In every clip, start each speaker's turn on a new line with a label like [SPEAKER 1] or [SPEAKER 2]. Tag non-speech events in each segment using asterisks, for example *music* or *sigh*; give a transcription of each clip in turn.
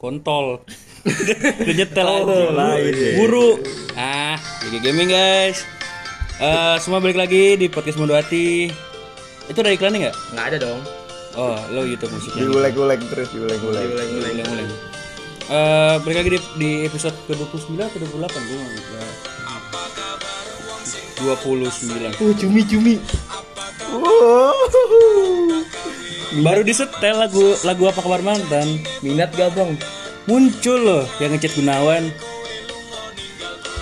[SPEAKER 1] kontol udah nyetel aja
[SPEAKER 2] lain ya.
[SPEAKER 1] buru ah GG gaming guys Eh, semua balik lagi di podcast Mundo Hati itu ada iklannya nggak
[SPEAKER 3] Nggak ada dong.
[SPEAKER 1] oh lo YouTube musiknya
[SPEAKER 2] diulek-ulek terus diulek-ulek
[SPEAKER 3] Diulang-ulang.
[SPEAKER 1] ulang ulang Eh, balik lagi di, di episode ke 29 atau 28 gue nggak ingat ya. 29
[SPEAKER 2] uh cumi-cumi Wow.
[SPEAKER 1] baru disetel lagu lagu apa kabar mantan
[SPEAKER 3] Minat gak bang?
[SPEAKER 1] muncul loh yang ngechat Gunawan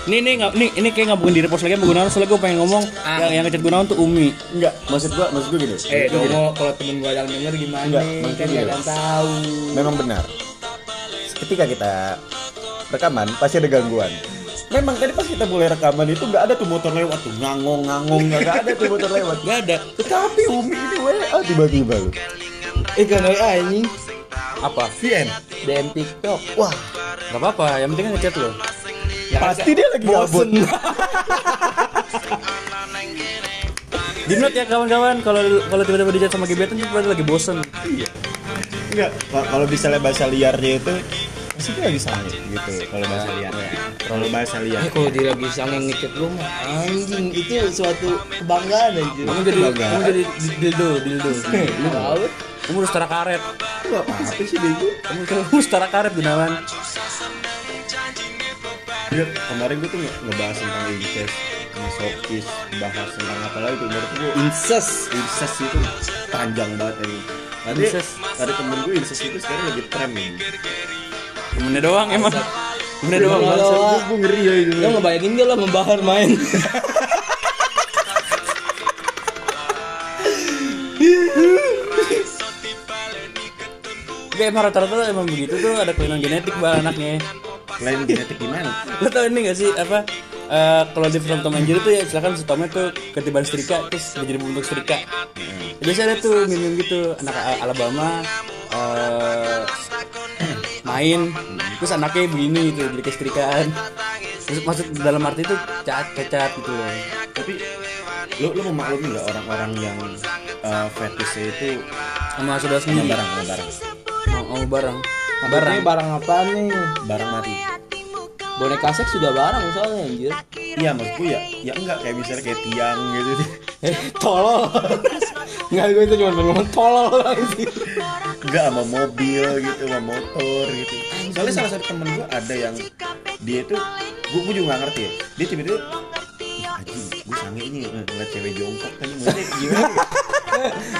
[SPEAKER 1] nih nih nggak nih ini kayak nggak bukan di repost lagi sama Gunawan soalnya gue pengen ngomong yang yang ngechat Gunawan tuh Umi Iya,
[SPEAKER 2] enggak maksud gua maksud gua gini
[SPEAKER 3] Ah. Eh, dongo kalau temen gua ada yang denger gimana?
[SPEAKER 2] Nggak,
[SPEAKER 3] kan
[SPEAKER 2] maksudnya
[SPEAKER 3] nggak
[SPEAKER 2] gini.
[SPEAKER 3] ada yang tahu.
[SPEAKER 2] memang benar ketika kita rekaman pasti ada gangguan memang tadi pas kita mulai rekaman itu nggak ada tuh motor lewat tuh ngangong ngangong nggak ada tuh motor lewat
[SPEAKER 1] nggak ada
[SPEAKER 2] tetapi Umi ini WA tiba-tiba lu
[SPEAKER 3] Eh, gak ada anjing.
[SPEAKER 1] apa
[SPEAKER 2] VN
[SPEAKER 3] DM TikTok.
[SPEAKER 2] wah
[SPEAKER 1] nggak apa-apa yang penting kan ngechat lo
[SPEAKER 2] pasti dia lagi gabut
[SPEAKER 1] di note ya kawan-kawan kalau kalau tiba-tiba dijat sama gebetan itu berarti lagi bosen
[SPEAKER 2] enggak Ka- kalau misalnya bahasa liarnya itu pasti dia lagi sange gitu kalau bahasa liar kalau bahasa liar
[SPEAKER 3] Eh, kalau dia lagi sange ngechat gua mah anjing itu suatu kebanggaan anjir.
[SPEAKER 1] kamu jadi kamu jadi di- dildo dildo
[SPEAKER 3] Lu tahu?
[SPEAKER 1] kamu harus setara karet
[SPEAKER 2] itu apa apa sih bego
[SPEAKER 1] kamu kan harus setara karet Gunawan
[SPEAKER 2] Iya, kemarin gue tuh nge- ngebahas tentang incest misokis bahas tentang apa lagi tuh menurut gue
[SPEAKER 3] Incest.
[SPEAKER 2] incest itu panjang banget ini tadi
[SPEAKER 1] Incest.
[SPEAKER 2] tadi temen gue incest itu sekarang lagi tren nih
[SPEAKER 1] temennya doang emang temennya doang
[SPEAKER 3] Temennya
[SPEAKER 1] bangsat.
[SPEAKER 3] doang. Wah.
[SPEAKER 2] gue ngeri ya itu
[SPEAKER 3] Lo ngebayangin gak lo membahar main?
[SPEAKER 1] Tapi emang rata-rata emang begitu tuh ada kelainan genetik bal anaknya
[SPEAKER 2] lain genetik gimana
[SPEAKER 1] lo tau ini gak sih apa eh, kalau di film Tom and Jerry tuh ya silakan si Tomnya tuh ketiban setrika terus dia jadi bentuk setrika biasa ada tuh meme gitu anak A- Alabama eh, *clears throat* main terus anaknya begini gitu jadi kesetrikaan terus maksud dalam arti itu cacat cacat gitu loh
[SPEAKER 2] tapi lu lu memaklumi nggak orang-orang yang eh, fetishnya itu
[SPEAKER 1] sama saudara
[SPEAKER 2] sama
[SPEAKER 1] sendiri
[SPEAKER 2] barang sama barang
[SPEAKER 1] mau mau barang barang
[SPEAKER 3] Barang barang apa nih?
[SPEAKER 2] barang mati
[SPEAKER 3] Boneka seks juga barang soalnya anjir.
[SPEAKER 2] iya maksud gue ya ya enggak kayak misalnya kayak tiang gitu
[SPEAKER 3] Eh, tolol. Enggak gue itu cuma pengen ngomong tolol anjir.
[SPEAKER 2] enggak sama mobil gitu sama motor gitu soalnya salah satu temen gue ada yang dia tuh gue, gue juga nggak ngerti ya dia tiba-tiba "Ih, anjing gue sange ini ng- ngeliat cewek jongkok kan maksudnya gimana ya?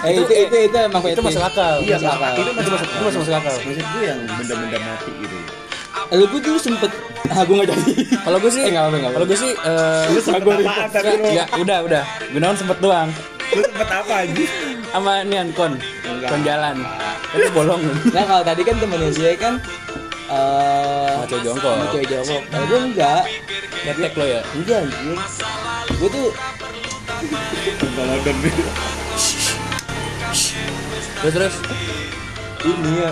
[SPEAKER 3] Eh, itu itu itu emang
[SPEAKER 1] itu masuk akal
[SPEAKER 2] iya
[SPEAKER 1] masuk akal
[SPEAKER 2] itu masih masuk
[SPEAKER 1] itu masuk masuk akal
[SPEAKER 2] maksud gue yang benda-benda mati gitu
[SPEAKER 3] Lu gue dulu sempet Ah gue gak jadi
[SPEAKER 1] kalau gue sih
[SPEAKER 3] Eh, nggak apa-apa, nggak apa-apa.
[SPEAKER 1] kalau gue sih eh,
[SPEAKER 2] lu sempet
[SPEAKER 3] gua
[SPEAKER 2] apaan tapi lu
[SPEAKER 1] Enggak, udah, udah. Gunawan sempet doang
[SPEAKER 2] lu sempet apa anjing
[SPEAKER 1] sama nian kon,
[SPEAKER 2] Enggak.
[SPEAKER 1] kon jalan. Itu bolong.
[SPEAKER 3] Nah kalau tadi kan temennya dia kan eh
[SPEAKER 1] Sama cewek jongkok.
[SPEAKER 3] sama cewek jongkok Kalau gue enggak
[SPEAKER 1] Ngetek lo ya.
[SPEAKER 3] Enggak anjir Gue tuh
[SPEAKER 2] Nonton nonton gitu
[SPEAKER 1] Terus terus
[SPEAKER 3] ini ya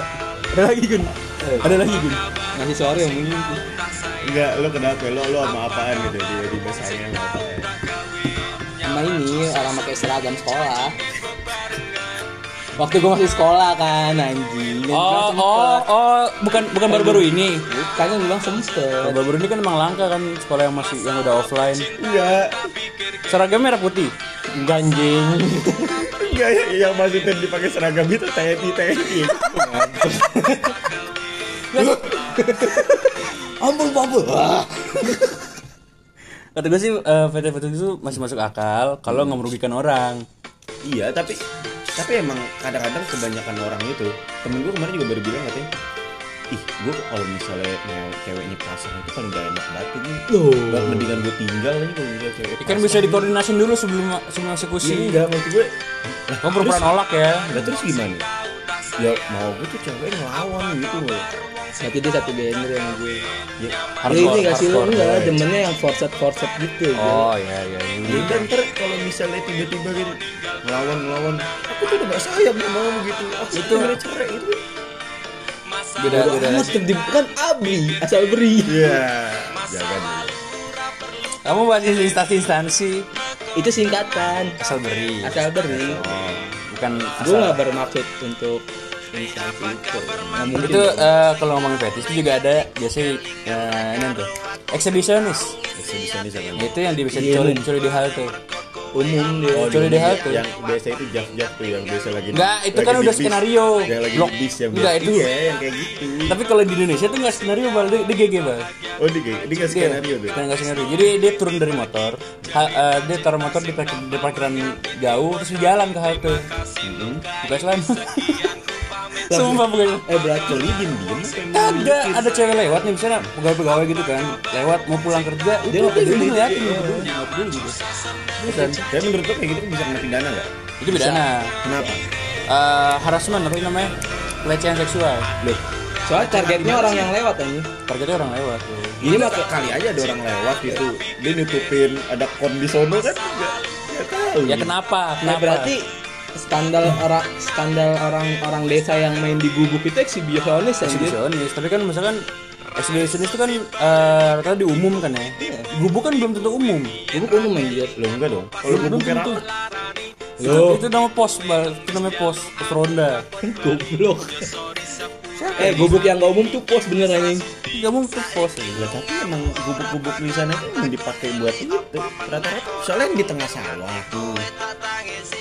[SPEAKER 3] Ada lagi Gun
[SPEAKER 1] ada lagi Gun.
[SPEAKER 3] Masih sore yang ini
[SPEAKER 2] enggak lu kenapa lu lu sama apaan gitu tiba-tiba sayang sama apaan
[SPEAKER 3] Sama ini orang pakai seragam sekolah Waktu gue masih sekolah kan anjing Dan
[SPEAKER 1] Oh,
[SPEAKER 3] gua sempet.
[SPEAKER 1] oh, oh, bukan bukan baru-baru ini.
[SPEAKER 3] Bukan yang bilang semester
[SPEAKER 1] Baru-baru ini kan emang langka kan sekolah yang masih yang udah offline.
[SPEAKER 2] iya
[SPEAKER 1] Seragam merah putih.
[SPEAKER 3] Enggak anjing
[SPEAKER 2] enggak ya, yang masih dipakai seragam itu TNI TNI
[SPEAKER 3] Ampun ampun Wah.
[SPEAKER 1] Kata gue sih eh, VT-VT itu masih masuk akal kalau nggak merugikan orang.
[SPEAKER 2] Iya, tapi tapi emang kadang-kadang kebanyakan orang itu temen gue kemarin juga baru bilang katanya ih gue kalau misalnya ngewe ceweknya pasang itu paling gak enak banget ini
[SPEAKER 3] Loh.
[SPEAKER 2] Bah, mendingan gue tinggal aja kalau misalnya cewek Iya,
[SPEAKER 1] Ya kan bisa dikoordinasin dulu sebelum sebelum eksekusi.
[SPEAKER 2] enggak maksud gue
[SPEAKER 1] Kamu berperan nolak ya.
[SPEAKER 2] nah terus gimana ya mau gue tuh cewek ngelawan gitu loh
[SPEAKER 3] Berarti dia satu genre sama gue
[SPEAKER 2] ya
[SPEAKER 1] iya,
[SPEAKER 3] Hardcore, ini gak sih lu
[SPEAKER 1] hardcore,
[SPEAKER 3] enggak
[SPEAKER 1] boy.
[SPEAKER 3] demennya yang forset forset gitu ya.
[SPEAKER 1] Oh iya iya.
[SPEAKER 2] ya
[SPEAKER 1] iya.
[SPEAKER 2] kan ntar kalau misalnya tiba-tiba gitu ngelawan ngelawan aku tuh udah gak sayang sama kamu gitu aku
[SPEAKER 1] Itu-
[SPEAKER 2] tuh udah cerai gitu. itu
[SPEAKER 1] Beda beda.
[SPEAKER 3] Amat kan di- kan abri asal beri.
[SPEAKER 2] iya jangan
[SPEAKER 1] Kamu bahas instansi-instansi
[SPEAKER 3] Itu singkatan
[SPEAKER 1] asal beri. Oh,
[SPEAKER 3] asal beri.
[SPEAKER 1] bukan
[SPEAKER 3] Gue
[SPEAKER 1] asal
[SPEAKER 3] nggak bermaksud untuk
[SPEAKER 1] itu eh, kalau ngomongin fetish itu juga ada biasanya eh, ini tuh exhibitionist
[SPEAKER 2] Exhibitionis apa nih?
[SPEAKER 1] itu yang di- bisa dicuri dicuri di halte
[SPEAKER 2] Umum dia.
[SPEAKER 1] Iya, Oh, curi di halte.
[SPEAKER 2] Yang biasa itu jaf-jaf tuh yang biasa lagi.
[SPEAKER 1] Enggak, itu
[SPEAKER 2] lagi
[SPEAKER 1] kan
[SPEAKER 2] di
[SPEAKER 1] udah
[SPEAKER 2] bis.
[SPEAKER 1] skenario.
[SPEAKER 2] Yang lagi
[SPEAKER 1] Blok.
[SPEAKER 2] di bis yang
[SPEAKER 1] Enggak,
[SPEAKER 2] biasa.
[SPEAKER 1] itu-
[SPEAKER 2] Iya, yang kayak gitu.
[SPEAKER 1] tapi kalau di Indonesia tuh nggak skenario bal di, di GG bal
[SPEAKER 2] Oh, dia kayak- dia nggak
[SPEAKER 1] Dia-
[SPEAKER 2] skenario tuh.
[SPEAKER 1] dia Iya, nggak skenario jadi dia turun dari motor ha- eh, dia taruh motor di, parkir, di parkiran jauh terus dia jalan ke halte
[SPEAKER 2] Mm-hmm.
[SPEAKER 1] buka *laughs* celana sumpah bukan celana.
[SPEAKER 2] Eh, berarti lidin diem apa yang
[SPEAKER 1] Kagak, ada cewek lewat nih misalnya pegawai-pegawai gitu kan lewat mau pulang kerja itu
[SPEAKER 2] nggak peduli,
[SPEAKER 1] dia ngeliatin
[SPEAKER 2] iya.
[SPEAKER 1] nggak peduli, nggak peduli gitu. Dan
[SPEAKER 2] Tapi menurut lo kayak gitu bisa kena pidana nggak?
[SPEAKER 1] itu bedana
[SPEAKER 2] Kenapa?
[SPEAKER 1] Eh, harassment apa ini namanya pelecehan seksual
[SPEAKER 2] Loh,
[SPEAKER 4] Soalnya targetnya orang yang lewat anjing.
[SPEAKER 1] targetnya orang lewat tuh.
[SPEAKER 2] ini mah kali aja ada orang lewat gitu. Dia nutupin ada kon di sono kan? Nggak nggak tahu.
[SPEAKER 1] ya kenapa
[SPEAKER 3] Nah
[SPEAKER 1] kenapa
[SPEAKER 3] berarti skandal orang skandal orang orang desa yang main di gubuk itu eksibisionis anjir.
[SPEAKER 1] exhibitionis tapi kan misalkan exhibitionis itu kan eh rata diumumkan ya gubuk kan belum tentu umum
[SPEAKER 3] Gubuk umum anjir.
[SPEAKER 2] Lo enggak dong. Kalau gue
[SPEAKER 1] belum
[SPEAKER 2] buka
[SPEAKER 1] tentu
[SPEAKER 2] *laughs* rapat.
[SPEAKER 1] itu, itu nama pos Bal. itu namanya pos pos ronda
[SPEAKER 3] Goblok. eh gubuk yang gak umum tuh pos bener anjing.
[SPEAKER 1] nggak mungkin pos ya.
[SPEAKER 2] Lah, tapi emang gubuk-gubuk di sana tuh emang dipakai buat itu rata-rata. Soalnya yang di tengah sawah tuh.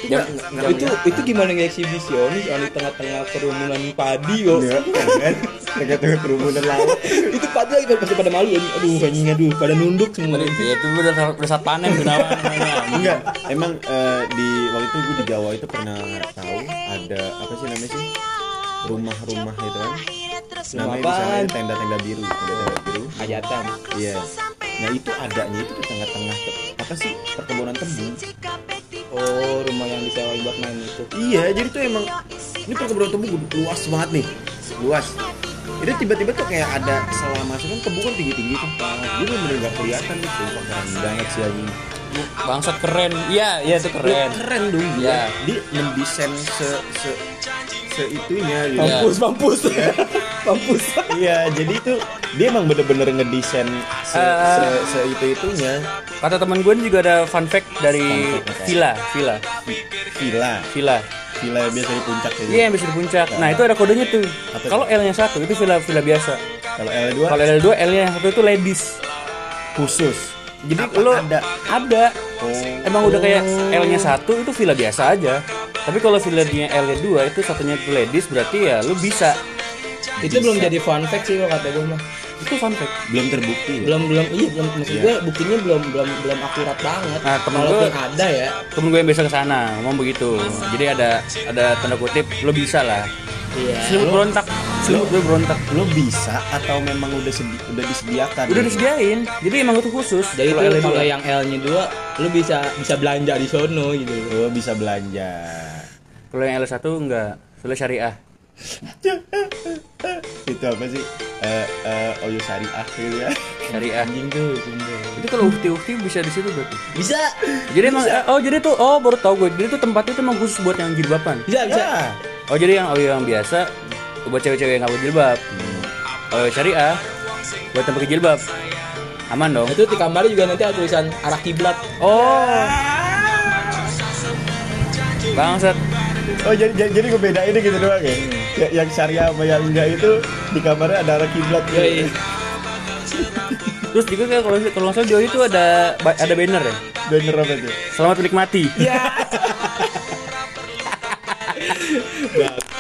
[SPEAKER 2] Itu
[SPEAKER 1] Ya,
[SPEAKER 2] nggak- nggak
[SPEAKER 3] Itu itu gimana nggak eksibisionis orang di tengah-tengah kerumunan padi kok.
[SPEAKER 2] Ya, kan? Mereka tuh kerumunan laut.
[SPEAKER 3] itu padi lagi pada- pada malu anjing. Aduh anjing aduh pada nunduk semua.
[SPEAKER 1] Ya, itu udah udah saat panen kenapa
[SPEAKER 2] Enggak, emang eh, di waktu itu gue di Jawa itu pernah tahu ada apa sih namanya sih rumah-rumah itu kan. Namanya di sana
[SPEAKER 3] apaan?
[SPEAKER 2] tenda-tenda biru, tenda-tenda biru.
[SPEAKER 3] Hajatan.
[SPEAKER 2] Iya. Nah itu adanya itu di tengah-tengah pe- apa sih perkebunan tebu.
[SPEAKER 3] Oh rumah yang disewain buat main itu.
[SPEAKER 2] Iya, jadi tuh emang ini perkebunan tebu luas banget nih, luas. Itu tiba-tiba tuh kayak ada selama kan tebu kan tinggi-tinggi tuh. Jadi bener nggak kelihatan gitu, keren banget sih anjing.
[SPEAKER 1] bangsat keren iya iya itu keren
[SPEAKER 2] keren dong dia
[SPEAKER 1] Iya.
[SPEAKER 2] dia mendesain se se se itunya gitu.
[SPEAKER 1] Iya.
[SPEAKER 3] Mampus mampus *laughs* mampus.
[SPEAKER 2] iya jadi itu dia emang bener-bener ngedesain se,
[SPEAKER 1] Ah.
[SPEAKER 2] se, se itu itunya
[SPEAKER 1] kata teman gue ini juga ada fun fact dari
[SPEAKER 2] Fun fact, apa?
[SPEAKER 1] villa villa
[SPEAKER 2] villa
[SPEAKER 1] villa
[SPEAKER 2] villa yang biasa di puncak gitu
[SPEAKER 1] iya yang bisa di puncak nah itu ada kodenya tuh
[SPEAKER 2] Apa tuh?
[SPEAKER 1] kalau L nya satu itu villa villa biasa
[SPEAKER 2] kalau L2
[SPEAKER 1] kalau L 2 L nya yang satu itu ladies
[SPEAKER 2] khusus
[SPEAKER 1] jadi
[SPEAKER 2] Apa
[SPEAKER 1] lo
[SPEAKER 2] ada?
[SPEAKER 1] ada emang udah kayak L nya satu itu villa biasa aja tapi kalau villa nya L nya dua itu satunya itu ladies berarti ya lu bisa
[SPEAKER 3] itu belum jadi fun fact sih kalau kata gue mah.
[SPEAKER 1] itu fun fact
[SPEAKER 2] belum terbukti ya?
[SPEAKER 3] belum belum iya belum maksud gue buktinya belum belum belum akurat banget
[SPEAKER 1] Nah, temen
[SPEAKER 3] walaupun
[SPEAKER 1] gue-
[SPEAKER 3] ada ya
[SPEAKER 1] temen gue yang biasa kesana ngomong begitu jadi ada ada tanda kutip lo bisa lah
[SPEAKER 3] iya
[SPEAKER 1] Selimut berontak selimut gue berontak
[SPEAKER 2] lo bisa atau memang udah sedi- udah disediakan
[SPEAKER 1] udah disediain jadi emang itu khusus
[SPEAKER 3] jadi
[SPEAKER 1] Kalau
[SPEAKER 3] itu
[SPEAKER 1] L2.
[SPEAKER 3] kalau yang L nya dua lu bisa bisa belanja di sono gitu
[SPEAKER 2] lo bisa belanja *laughs*
[SPEAKER 1] kalau yang L1 enggak soalnya syariah
[SPEAKER 2] itu apa sih eh eh oyo syariah gitu ya *laughs*
[SPEAKER 1] syariah
[SPEAKER 3] anjing tuh
[SPEAKER 1] itu kalau ukti-ukti bisa di situ berarti
[SPEAKER 3] bisa
[SPEAKER 1] jadi emang eh, oh jadi tuh oh baru tau gue jadi tuh tempatnya tuh emang khusus buat yang jilbaban
[SPEAKER 3] bisa bisa
[SPEAKER 2] Ya.
[SPEAKER 1] oh jadi yang oh yang biasa buat cewek-cewek yang nggak berjilbab oh syariah buat yang pakai jilbab aman dong
[SPEAKER 3] Nah, itu di kamarnya juga nanti ada tulisan arah kiblat
[SPEAKER 1] oh bangsat
[SPEAKER 2] Oh jadi jadi, jadi gue bedainnya gitu doang ya.
[SPEAKER 1] Hmm.
[SPEAKER 2] Ya- Yang syariah sama yang enggak itu di kamarnya ada arah kiblat.
[SPEAKER 1] Iya,
[SPEAKER 3] Yoi.
[SPEAKER 1] terus juga kayak kalau kalau nggak salah di OI itu ada ba- ada banner ya
[SPEAKER 2] Banner apa itu?
[SPEAKER 1] selamat menikmati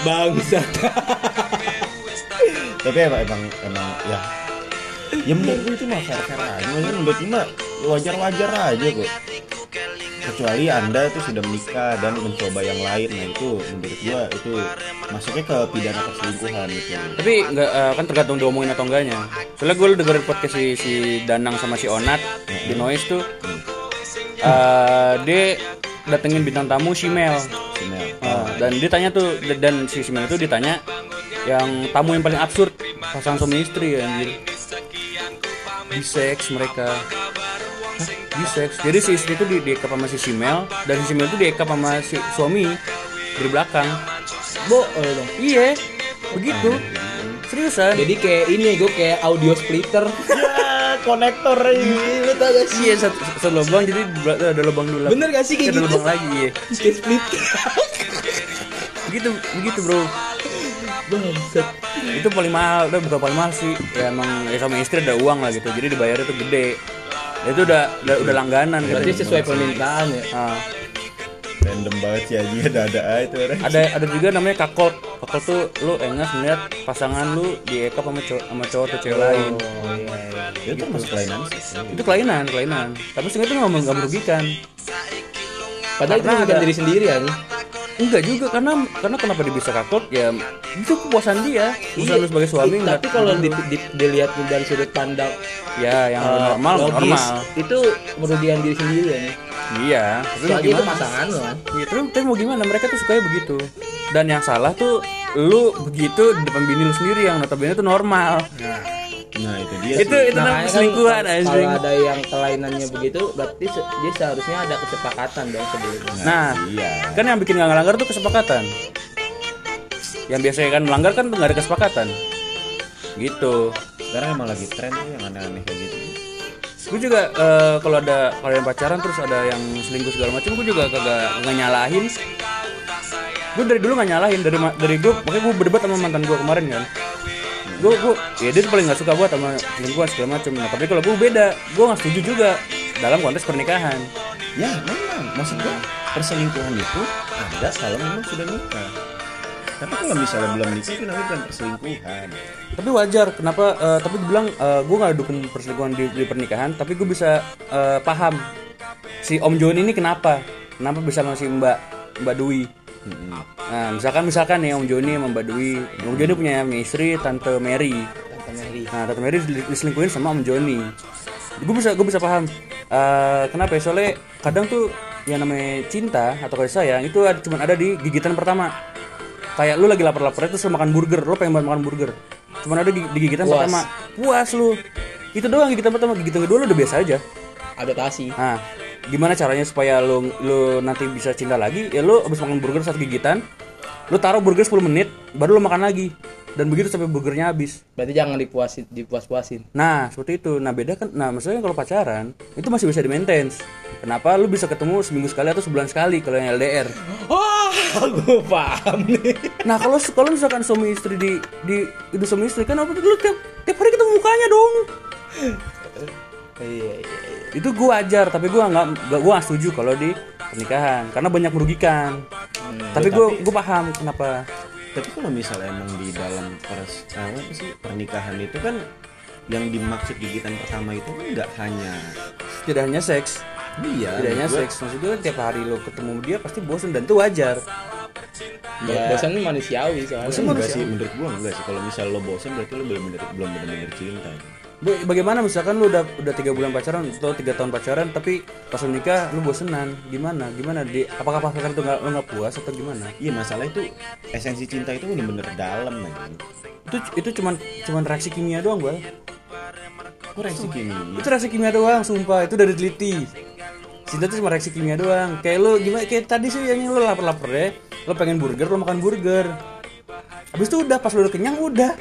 [SPEAKER 3] bangsa
[SPEAKER 1] *laughs*
[SPEAKER 2] Tapi emang emang emang ya. Ya menurut gue itu mah fair fair aja. Maksudnya menurut gue mah wajar wajar aja kok. Kecuali anda tuh sudah menikah dan mencoba yang lain, nah itu menurut gue itu masuknya ke pidana perselingkuhan gitu.
[SPEAKER 1] tapi nggak eh, kan tergantung diomongin atau enggaknya soalnya gue dengerin podcast si, si Danang sama si Onat di Noise tuh eh, dia datengin bintang tamu si Mel
[SPEAKER 2] Sinel.
[SPEAKER 1] Ah, dan dia tanya tuh d- dan si Simon itu ditanya yang tamu yang paling absurd pasangan suami istri ya anjir biseks mereka Hah? biseks jadi si istri itu di diekap sama si Simel dan si Simel itu diekap sama si suami dari belakang
[SPEAKER 3] bo oh, dong
[SPEAKER 1] iya begitu seriusan
[SPEAKER 3] jadi kayak ini gue kayak audio splitter
[SPEAKER 1] Ah,
[SPEAKER 2] Ya konektor ini.
[SPEAKER 3] lu tau gak
[SPEAKER 1] iya satu, satu lubang jadi di bel- ada lubang dulu
[SPEAKER 3] Bener gak sih kayak
[SPEAKER 1] ada
[SPEAKER 3] gitu?
[SPEAKER 1] lubang lagi iya
[SPEAKER 3] kayak splitter
[SPEAKER 1] begitu begitu bro
[SPEAKER 3] *laughs* Bangsat.
[SPEAKER 1] itu paling mahal udah bukan paling mahal sih ya emang ya sama istri ada uang lah gitu jadi dibayarnya tuh gede Ya, itu udah udah, udah langganan
[SPEAKER 3] Berarti
[SPEAKER 1] gitu.
[SPEAKER 3] sesuai permintaan ya.
[SPEAKER 1] Ah,
[SPEAKER 2] Random banget sih aja ada-ada aja itu orang.
[SPEAKER 1] ada ada juga namanya kakot kakot tuh lu enggak melihat pasangan lu di ekap sama cowok sama cowok atau cewek lain
[SPEAKER 3] Oh, iya,
[SPEAKER 2] Itu
[SPEAKER 1] gitu.
[SPEAKER 2] termasuk kelainan sih.
[SPEAKER 1] itu kelainan kelainan tapi sehingga itu nggak nggak merugikan
[SPEAKER 3] Padahal itu
[SPEAKER 1] Karena
[SPEAKER 3] bukan
[SPEAKER 1] ada-
[SPEAKER 3] diri sendiri ya.
[SPEAKER 1] enggak juga karena karena kenapa dia bisa kakot ya itu kepuasan dia bisa lu sebagai suami nggak-
[SPEAKER 3] Tapi kalau di, di- dilihat dari sudut pandang
[SPEAKER 1] ya yang
[SPEAKER 3] eh,
[SPEAKER 1] normal
[SPEAKER 3] logis,
[SPEAKER 1] normal
[SPEAKER 3] itu merugikan diri sendiri ya. nih.
[SPEAKER 1] iya tapi mau
[SPEAKER 3] Soalnya itu
[SPEAKER 1] gimana
[SPEAKER 3] pasangan lo. kan.
[SPEAKER 1] gitu tapi mau gimana mereka tuh sukanya begitu dan yang salah tuh lu begitu di depan bini lu sendiri yang notabene tuh normal
[SPEAKER 2] Nah itu dia
[SPEAKER 1] itu
[SPEAKER 2] sih.
[SPEAKER 1] itu namanya
[SPEAKER 3] Makanya kan
[SPEAKER 1] selingkuhan
[SPEAKER 3] kalau-
[SPEAKER 1] anjing
[SPEAKER 3] Kalau ada yang kelainannya begitu, berarti se- dia seharusnya ada kesepakatan dong sebelumnya.
[SPEAKER 1] nah
[SPEAKER 2] Iya.
[SPEAKER 1] kan yang bikin nggak ngelanggar tuh kesepakatan yang biasanya kan melanggar kan tuh nggak ada kesepakatan gitu
[SPEAKER 2] Sekarang emang lagi tren tuh yang aneh-aneh kayak gitu.
[SPEAKER 1] gue juga eh, kalau ada kalau yang pacaran terus ada yang selingkuh segala macam gue juga kagak nggak nyalahin gue dari dulu nggak nyalahin dari ma- dari gue makanya gue berdebat sama mantan gue kemarin kan gue gue ya dia tuh paling nggak suka buat sama selingkuhan segala macam nah, tapi kalau gue beda gue nggak setuju juga dalam konteks pernikahan
[SPEAKER 2] Ya memang maksud gua perselingkuhan itu ada kalau memang sudah nikah. Tapi kalau misalnya belum nikah itu namanya bukan perselingkuhan.
[SPEAKER 1] tapi wajar kenapa eh, tapi dibilang eh, gue nggak dukung perselingkuhan di, di pernikahan tapi gue bisa eh, paham si Om Joni ini kenapa kenapa bisa sama si Mbak Mbak Dwi nah misalkan misalkan nih Om Joni sama Mbak Dwi Om Joni punya, punya istri Tante Mary
[SPEAKER 3] Tante Mary.
[SPEAKER 1] nah Tante Mary disel- diselingkuhin sama Om Joni gue bisa gue bisa paham Eh, kenapa ya soalnya kadang tuh yang namanya cinta atau kayak sayang itu ada- cuma ada di gigitan pertama kayak lu lagi lapar-lapar terus lu makan burger lu pengen banget makan burger cuma ada di, di gigitan pertama puas lu itu doang gigitan pertama gigitan kedua lu udah biasa aja
[SPEAKER 3] Adaptasi.
[SPEAKER 1] Nah, gimana caranya supaya lo lo nanti bisa cinta lagi? Ya lo abis makan burger satu gigitan, lo taruh burger 10 menit, baru lo makan lagi. Dan begitu sampai burgernya habis.
[SPEAKER 3] Berarti jangan dipuasin, dipuas-puasin.
[SPEAKER 1] Nah, seperti itu. Nah, beda kan. Nah, maksudnya kalau pacaran itu masih bisa di maintenance. Kenapa lu bisa ketemu seminggu sekali atau sebulan sekali kalau yang LDR?
[SPEAKER 3] Wah, *laughs* gue paham nih.
[SPEAKER 1] Nah, kalau kalau misalkan suami istri di di itu suami istri kan apa lu tiap tiap hari ketemu mukanya dong.
[SPEAKER 3] Iya, iya.
[SPEAKER 1] Itu gua ajar, tapi gua nggak nggak- gua nggak setuju kalau di pernikahan karena banyak merugikan. tapi gua gua paham kenapa.
[SPEAKER 2] Tapi kalau misalnya emang di dalam pers eh, apa sih pernikahan itu kan yang dimaksud gigitan pertama itu kan nggak hanya
[SPEAKER 1] tidak hanya seks
[SPEAKER 2] dia
[SPEAKER 1] tidak hanya
[SPEAKER 2] maksud gua-
[SPEAKER 1] seks maksudnya kan tiap hari lo ketemu dia pasti bosen dan itu wajar
[SPEAKER 3] Bo- Bosan ini manusiawi soalnya.
[SPEAKER 2] enggak sih menurut gua enggak sih kalau misalnya lo bosen berarti lo belum bener belum bener-bener cinta
[SPEAKER 1] Ba- bagaimana misalkan lu udah udah tiga bulan pacaran atau tiga tahun pacaran tapi pas lu nikah lu bosenan gimana gimana di apakah pasangan itu nggak lu nggak puas atau gimana
[SPEAKER 2] iya masalah itu esensi cinta itu bener-bener dalam man
[SPEAKER 1] itu itu cuman cuman reaksi kimia doang bal
[SPEAKER 2] kok reaksi kimia
[SPEAKER 1] itu reaksi kimia doang sumpah itu udah diteliti cinta itu cuma reaksi kimia doang kayak lu gimana kayak tadi sih yang lu lapar-lapar deh lu pengen burger lu makan burger habis itu udah pas lu udah kenyang udah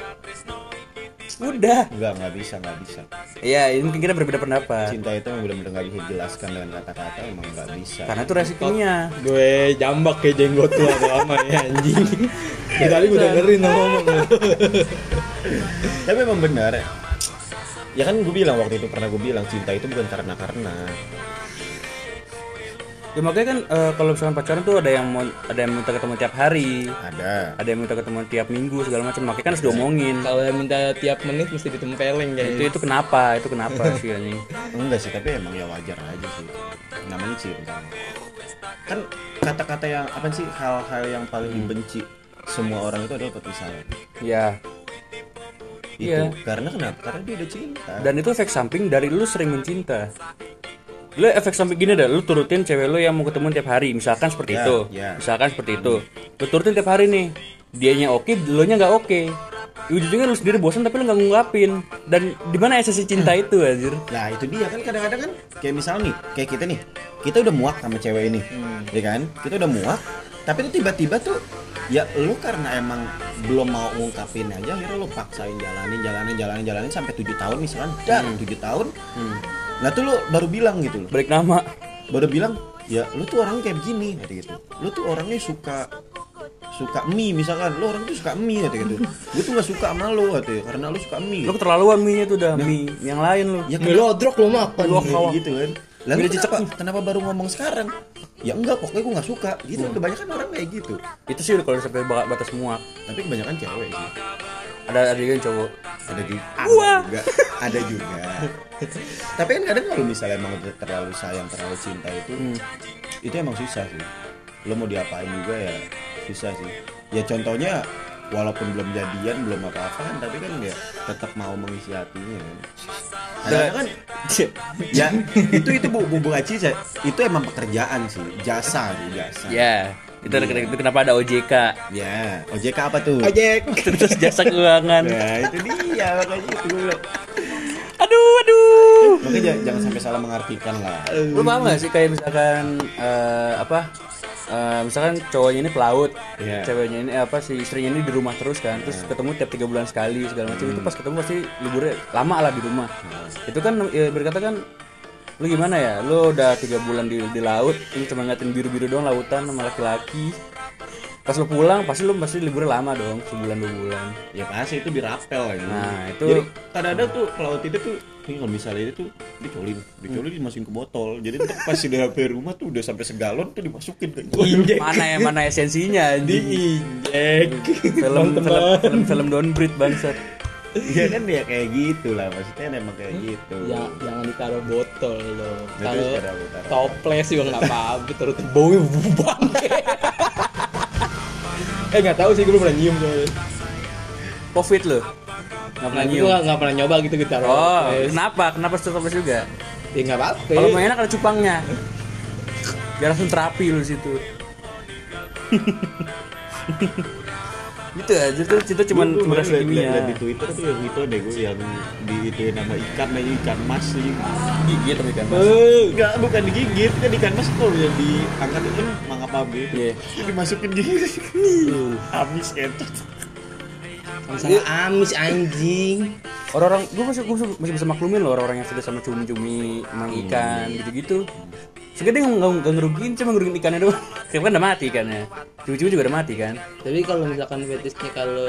[SPEAKER 1] udah
[SPEAKER 2] enggak nggak bisa nggak bisa
[SPEAKER 1] Iya, ini mungkin kita berbeda pendapat.
[SPEAKER 2] cinta itu emang bener-bener nggak bisa dijelaskan dengan kata-kata emang nggak bisa
[SPEAKER 1] Karena itu reaksi kimia.
[SPEAKER 3] Gue jambak kayak jenggot lu lama-lama ya anjing. *laughs* Ya tadi gue dengerin lo ngomong.
[SPEAKER 2] tapi emang benar ya kan gue bilang waktu itu pernah gue bilang cinta itu bukan karena karena
[SPEAKER 1] Ya makanya kan eh, kalau misalkan pacaran tuh ada yang mau ada yang minta ketemu tiap hari,
[SPEAKER 2] ada
[SPEAKER 1] ada yang minta ketemu tiap minggu segala macam. Makanya kan harus diomongin.
[SPEAKER 3] Kalau yang minta tiap menit mesti
[SPEAKER 1] Itu
[SPEAKER 3] ditempeleng kayak gitu.
[SPEAKER 1] itu kenapa? Itu
[SPEAKER 2] *laughs*
[SPEAKER 1] kenapa sih anjing?
[SPEAKER 2] enggak sih tapi emang ya wajar aja sih namanya cinta kan kata-kata yang apa sih hal-hal yang paling dibenci semua orang itu adalah perpisahan
[SPEAKER 1] Ya.
[SPEAKER 2] itu
[SPEAKER 1] Iya.
[SPEAKER 2] karena kenapa karena dia udah cinta
[SPEAKER 1] Dan itu efek samping dari lu sering mencinta. Lu efek samping gini dah, lu turutin cewek lu yang mau ketemu tiap hari, misalkan seperti
[SPEAKER 2] Ya,
[SPEAKER 1] itu.
[SPEAKER 2] ya.
[SPEAKER 1] Misalkan seperti itu. Lu turutin tiap hari nih. Dianya oke, lu nya nggak oke. Ujung-ujungnya lu sendiri bosan tapi lu nggak ngungkapin. Dan di mana esensi cinta itu, anjir?
[SPEAKER 2] Nah itu dia kan kadang-kadang kan kayak misalnya nih kayak kita nih kita udah muak sama cewek ini, ya kan? Kita udah muak, tapi tuh tiba-tiba tuh ya lu karena emang belum mau ngungkapin aja akhirnya lu paksain jalanin jalanin jalanin jalanin sampai tujuh tahun misalkan dan tujuh tahun nah tuh lu baru bilang gitu loh
[SPEAKER 1] balik nama
[SPEAKER 2] baru bilang ya lu tuh orangnya kayak begini gitu, gitu lu tuh orangnya suka suka mie misalkan lo orang tuh suka mie katanya gitu gue tuh nggak suka sama lo katanya karena lo suka mie
[SPEAKER 1] Lu keterlaluan mie-nya tuh
[SPEAKER 2] Nah.
[SPEAKER 1] udah mie yang lain lu.
[SPEAKER 2] ya
[SPEAKER 4] Mie lodrok lo makan.
[SPEAKER 1] Lu
[SPEAKER 2] Iya,
[SPEAKER 1] kawan.
[SPEAKER 2] gitu kan lalu kenapa, kenapa baru ngomong sekarang ya enggak pokoknya gue nggak suka gitu kebanyakan orang kayak gitu
[SPEAKER 1] Itu sih udah kalau sampai ba- batas semua.
[SPEAKER 2] tapi kebanyakan cewek sih
[SPEAKER 1] Ada ada yang cowok. *laughs*
[SPEAKER 2] ada juga juga ada juga tapi kan kadang kalau misalnya emang udah terlalu sayang terlalu cinta itu itu emang susah sih lo mau diapain juga ya susah sih ya contohnya walaupun belum jadian belum apa-apaan tapi kan dia tetap mau mengisi hatinya kan Kadang-kadang kan ya itu itu bu bu, bu Aci, saya- itu emang pekerjaan sih jasa sih jasa
[SPEAKER 1] Ya. Itu, itu kenapa ada OJK?
[SPEAKER 2] ya ojek apa tuh
[SPEAKER 4] Ojek.
[SPEAKER 1] *laughs* Terus jasa keuangan.
[SPEAKER 2] Nah, itu dia makanya itu gue bilang.
[SPEAKER 1] Aduh, aduh.
[SPEAKER 2] Makanya jangan, jangan sampai salah mengartikan lah.
[SPEAKER 1] Lu paham gak sih kayak misalkan eh, apa? Eh, misalkan cowoknya ini pelaut,
[SPEAKER 2] Iya.
[SPEAKER 1] ceweknya ini eh, apa si istrinya ini di rumah terus kan, terus ketemu tiap tiga bulan sekali segala macam itu pas ketemu pasti liburnya lama lah di rumah. Itu kan ya, berkata kan lu gimana ya, lu udah tiga bulan di, di laut, ini cuma ngeliatin biru-biru doang lautan sama laki-laki. Pas lu pulang pasti lu pasti liburnya lama dong, sebulan dua bulan.
[SPEAKER 2] Ya pasti itu dirapel ya.
[SPEAKER 1] Nah, itu-
[SPEAKER 2] Jadi kadang-kadang tuh pelaut itu tuh ini kalau misalnya itu tuh dicolin, dicolin
[SPEAKER 1] Hmm.
[SPEAKER 2] dimasukin ke botol. Jadi tuh pas udah sampai rumah tuh udah sampai segalon tuh dimasukin ke
[SPEAKER 1] Mana ya mana esensinya anjing.
[SPEAKER 3] Diinjek.
[SPEAKER 1] film, film film film downbreed bangsat.
[SPEAKER 2] Iya kan ya kayak gitu lah maksudnya emang kayak gitu.
[SPEAKER 3] Ya, jangan ditaruh botol loh.
[SPEAKER 2] Nah,
[SPEAKER 3] Taruh
[SPEAKER 2] terus taruh- taruh.
[SPEAKER 3] toples juga nggak apa-apa. Taruh tuh baunya bubang. *laughs* eh nggak tahu sih gue belum pernah nyium soalnya.
[SPEAKER 1] Covid lu. Nggak
[SPEAKER 3] Nah,
[SPEAKER 1] pernah
[SPEAKER 3] gue
[SPEAKER 1] nyium.
[SPEAKER 3] nggak nggak pernah nyoba gitu gue taruh.
[SPEAKER 1] Oh,
[SPEAKER 3] toples.
[SPEAKER 1] kenapa? Kenapa stetoplus juga?
[SPEAKER 3] Ya nggak apa-apa.
[SPEAKER 1] Kalau mau enak ada cupangnya. Biar langsung terapi lu di *laughs* situ. gitu aja tuh kita cuman ya.
[SPEAKER 2] Gua-
[SPEAKER 1] cuma
[SPEAKER 2] gua kemarin
[SPEAKER 1] rasa
[SPEAKER 2] liat- liat- liat
[SPEAKER 1] kimia.
[SPEAKER 2] di Twitter tuh yang itu deh gue yang diituin nama ikan namanya ikan mas sih.
[SPEAKER 1] Gigi tapi kan. Mas.
[SPEAKER 3] Eh,
[SPEAKER 2] Enggak, bukan digigit, kan ikan mas tuh yang diangkat itu kan mangga pabe.
[SPEAKER 1] Iya.
[SPEAKER 2] Itu dimasukin gitu. Habis entot.
[SPEAKER 3] sama amis anjing.
[SPEAKER 1] Orang-orang gua masih gua masih- masih bisa maklumin loh orang-orang yang sudah sama cumi-cumi, emang ikan gitu-gitu. Sekedar nggak nggak ngerugiin, cuma ngerugiin ikannya doang. *laughs* Karena kan udah mati ikannya. Cumi-cumi juga udah mati kan.
[SPEAKER 3] Tapi kalau misalkan fetishnya kalau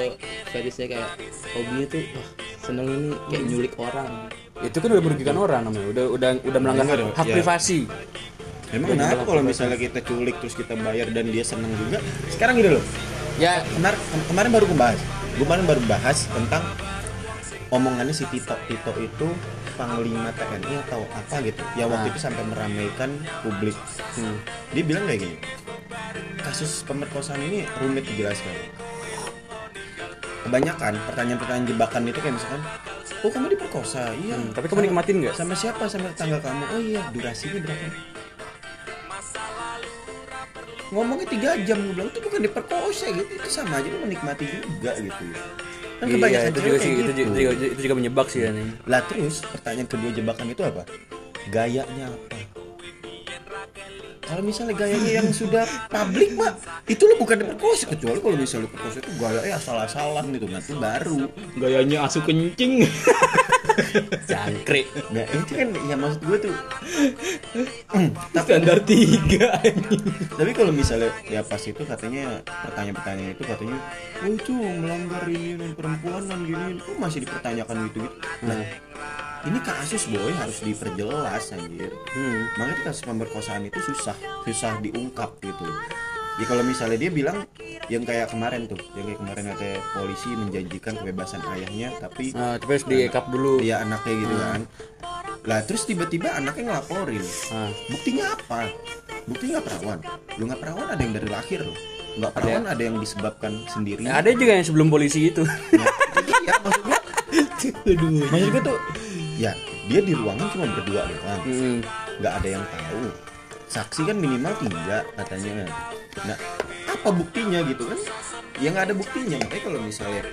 [SPEAKER 3] fetishnya kayak hobinya tuh wah, seneng ini kayak nyulik orang.
[SPEAKER 1] Itu kan udah merugikan orang namanya. Udah udah udah melanggar ya. hak,
[SPEAKER 2] Enggak dong,
[SPEAKER 1] hak
[SPEAKER 2] iya.
[SPEAKER 1] privasi.
[SPEAKER 2] Emang kenapa kalau misalnya kita culik terus kita bayar dan dia seneng juga? Sekarang gini loh,
[SPEAKER 1] Ya,
[SPEAKER 2] kemarin kemarin baru membahas, kemarin baru bahas tentang omongannya si Tito. Tito itu panglima TNI atau apa gitu. Ya
[SPEAKER 1] Ah.
[SPEAKER 2] waktu itu sampai meramaikan publik.
[SPEAKER 1] Hmm.
[SPEAKER 2] Dia bilang kayak gini, kasus pemerkosaan ini rumit dijelaskan. Kebanyakan pertanyaan-pertanyaan jebakan itu kayak misalkan, oh kamu diperkosa, iya.
[SPEAKER 1] Hmm, tapi kamu nikmatin nggak?
[SPEAKER 2] Sama siapa? Sama tetangga kamu? Oh iya, durasinya berapa? Ngomongnya tiga jam gue bilang itu bukan diperkosa gitu, itu sama aja lu menikmati juga gitu. Kan
[SPEAKER 1] Iya,
[SPEAKER 2] kebanyakan
[SPEAKER 1] itu
[SPEAKER 2] cewek
[SPEAKER 1] juga
[SPEAKER 2] kayak
[SPEAKER 1] sih, itu
[SPEAKER 2] gitu.
[SPEAKER 1] juga, itu juga- itu juga menyebak sih anjing.
[SPEAKER 2] Lah terus pertanyaan kedua jebakan itu apa? Gayanya apa? Kalau misalnya gayanya yang sudah publik mah itu lu bukan diperkosa kecuali kalau misalnya lu perkosa itu gayanya asal-asalan gitu nah itu baru.
[SPEAKER 3] Gayanya asu kencing.
[SPEAKER 1] Jangkrik.
[SPEAKER 2] Nah itu kan ya maksud gue tuh Hmm,
[SPEAKER 3] Standar tiga anjing.
[SPEAKER 2] tapi kalau misalnya ya pas itu katanya pertanyaan-pertanyaan itu katanya oh itu melanggar ini dan perempuan dan gini oh, masih dipertanyakan gitu gitu nah ini kasus boy harus diperjelas anjir makanya tuh kasus pemerkosaan itu susah susah diungkap gitu ya kalau misalnya dia bilang yang kayak kemarin tuh yang kayak kemarin ada polisi menjanjikan kebebasan ayahnya tapi
[SPEAKER 1] Nah, tapi harus diekap dulu. Hmm.
[SPEAKER 2] dia anaknya gitu kan lah terus tiba-tiba anaknya ngelaporin
[SPEAKER 1] Ah.
[SPEAKER 2] buktinya apa buktinya nggak perawan lu nggak perawan ada yang dari lahir loh nggak perawan ada yang disebabkan sendiri
[SPEAKER 1] Nah, ada juga yang sebelum polisi gitu. itu.
[SPEAKER 2] iya maksud gue
[SPEAKER 3] Aduh.
[SPEAKER 2] maksud gue tuh ya dia di ruangan cuma berdua doang
[SPEAKER 1] Hmm.
[SPEAKER 2] nggak ada yang tahu saksi kan minimal tiga katanya kan. nah apa buktinya gitu kan ya nggak ada buktinya makanya kalau misalnya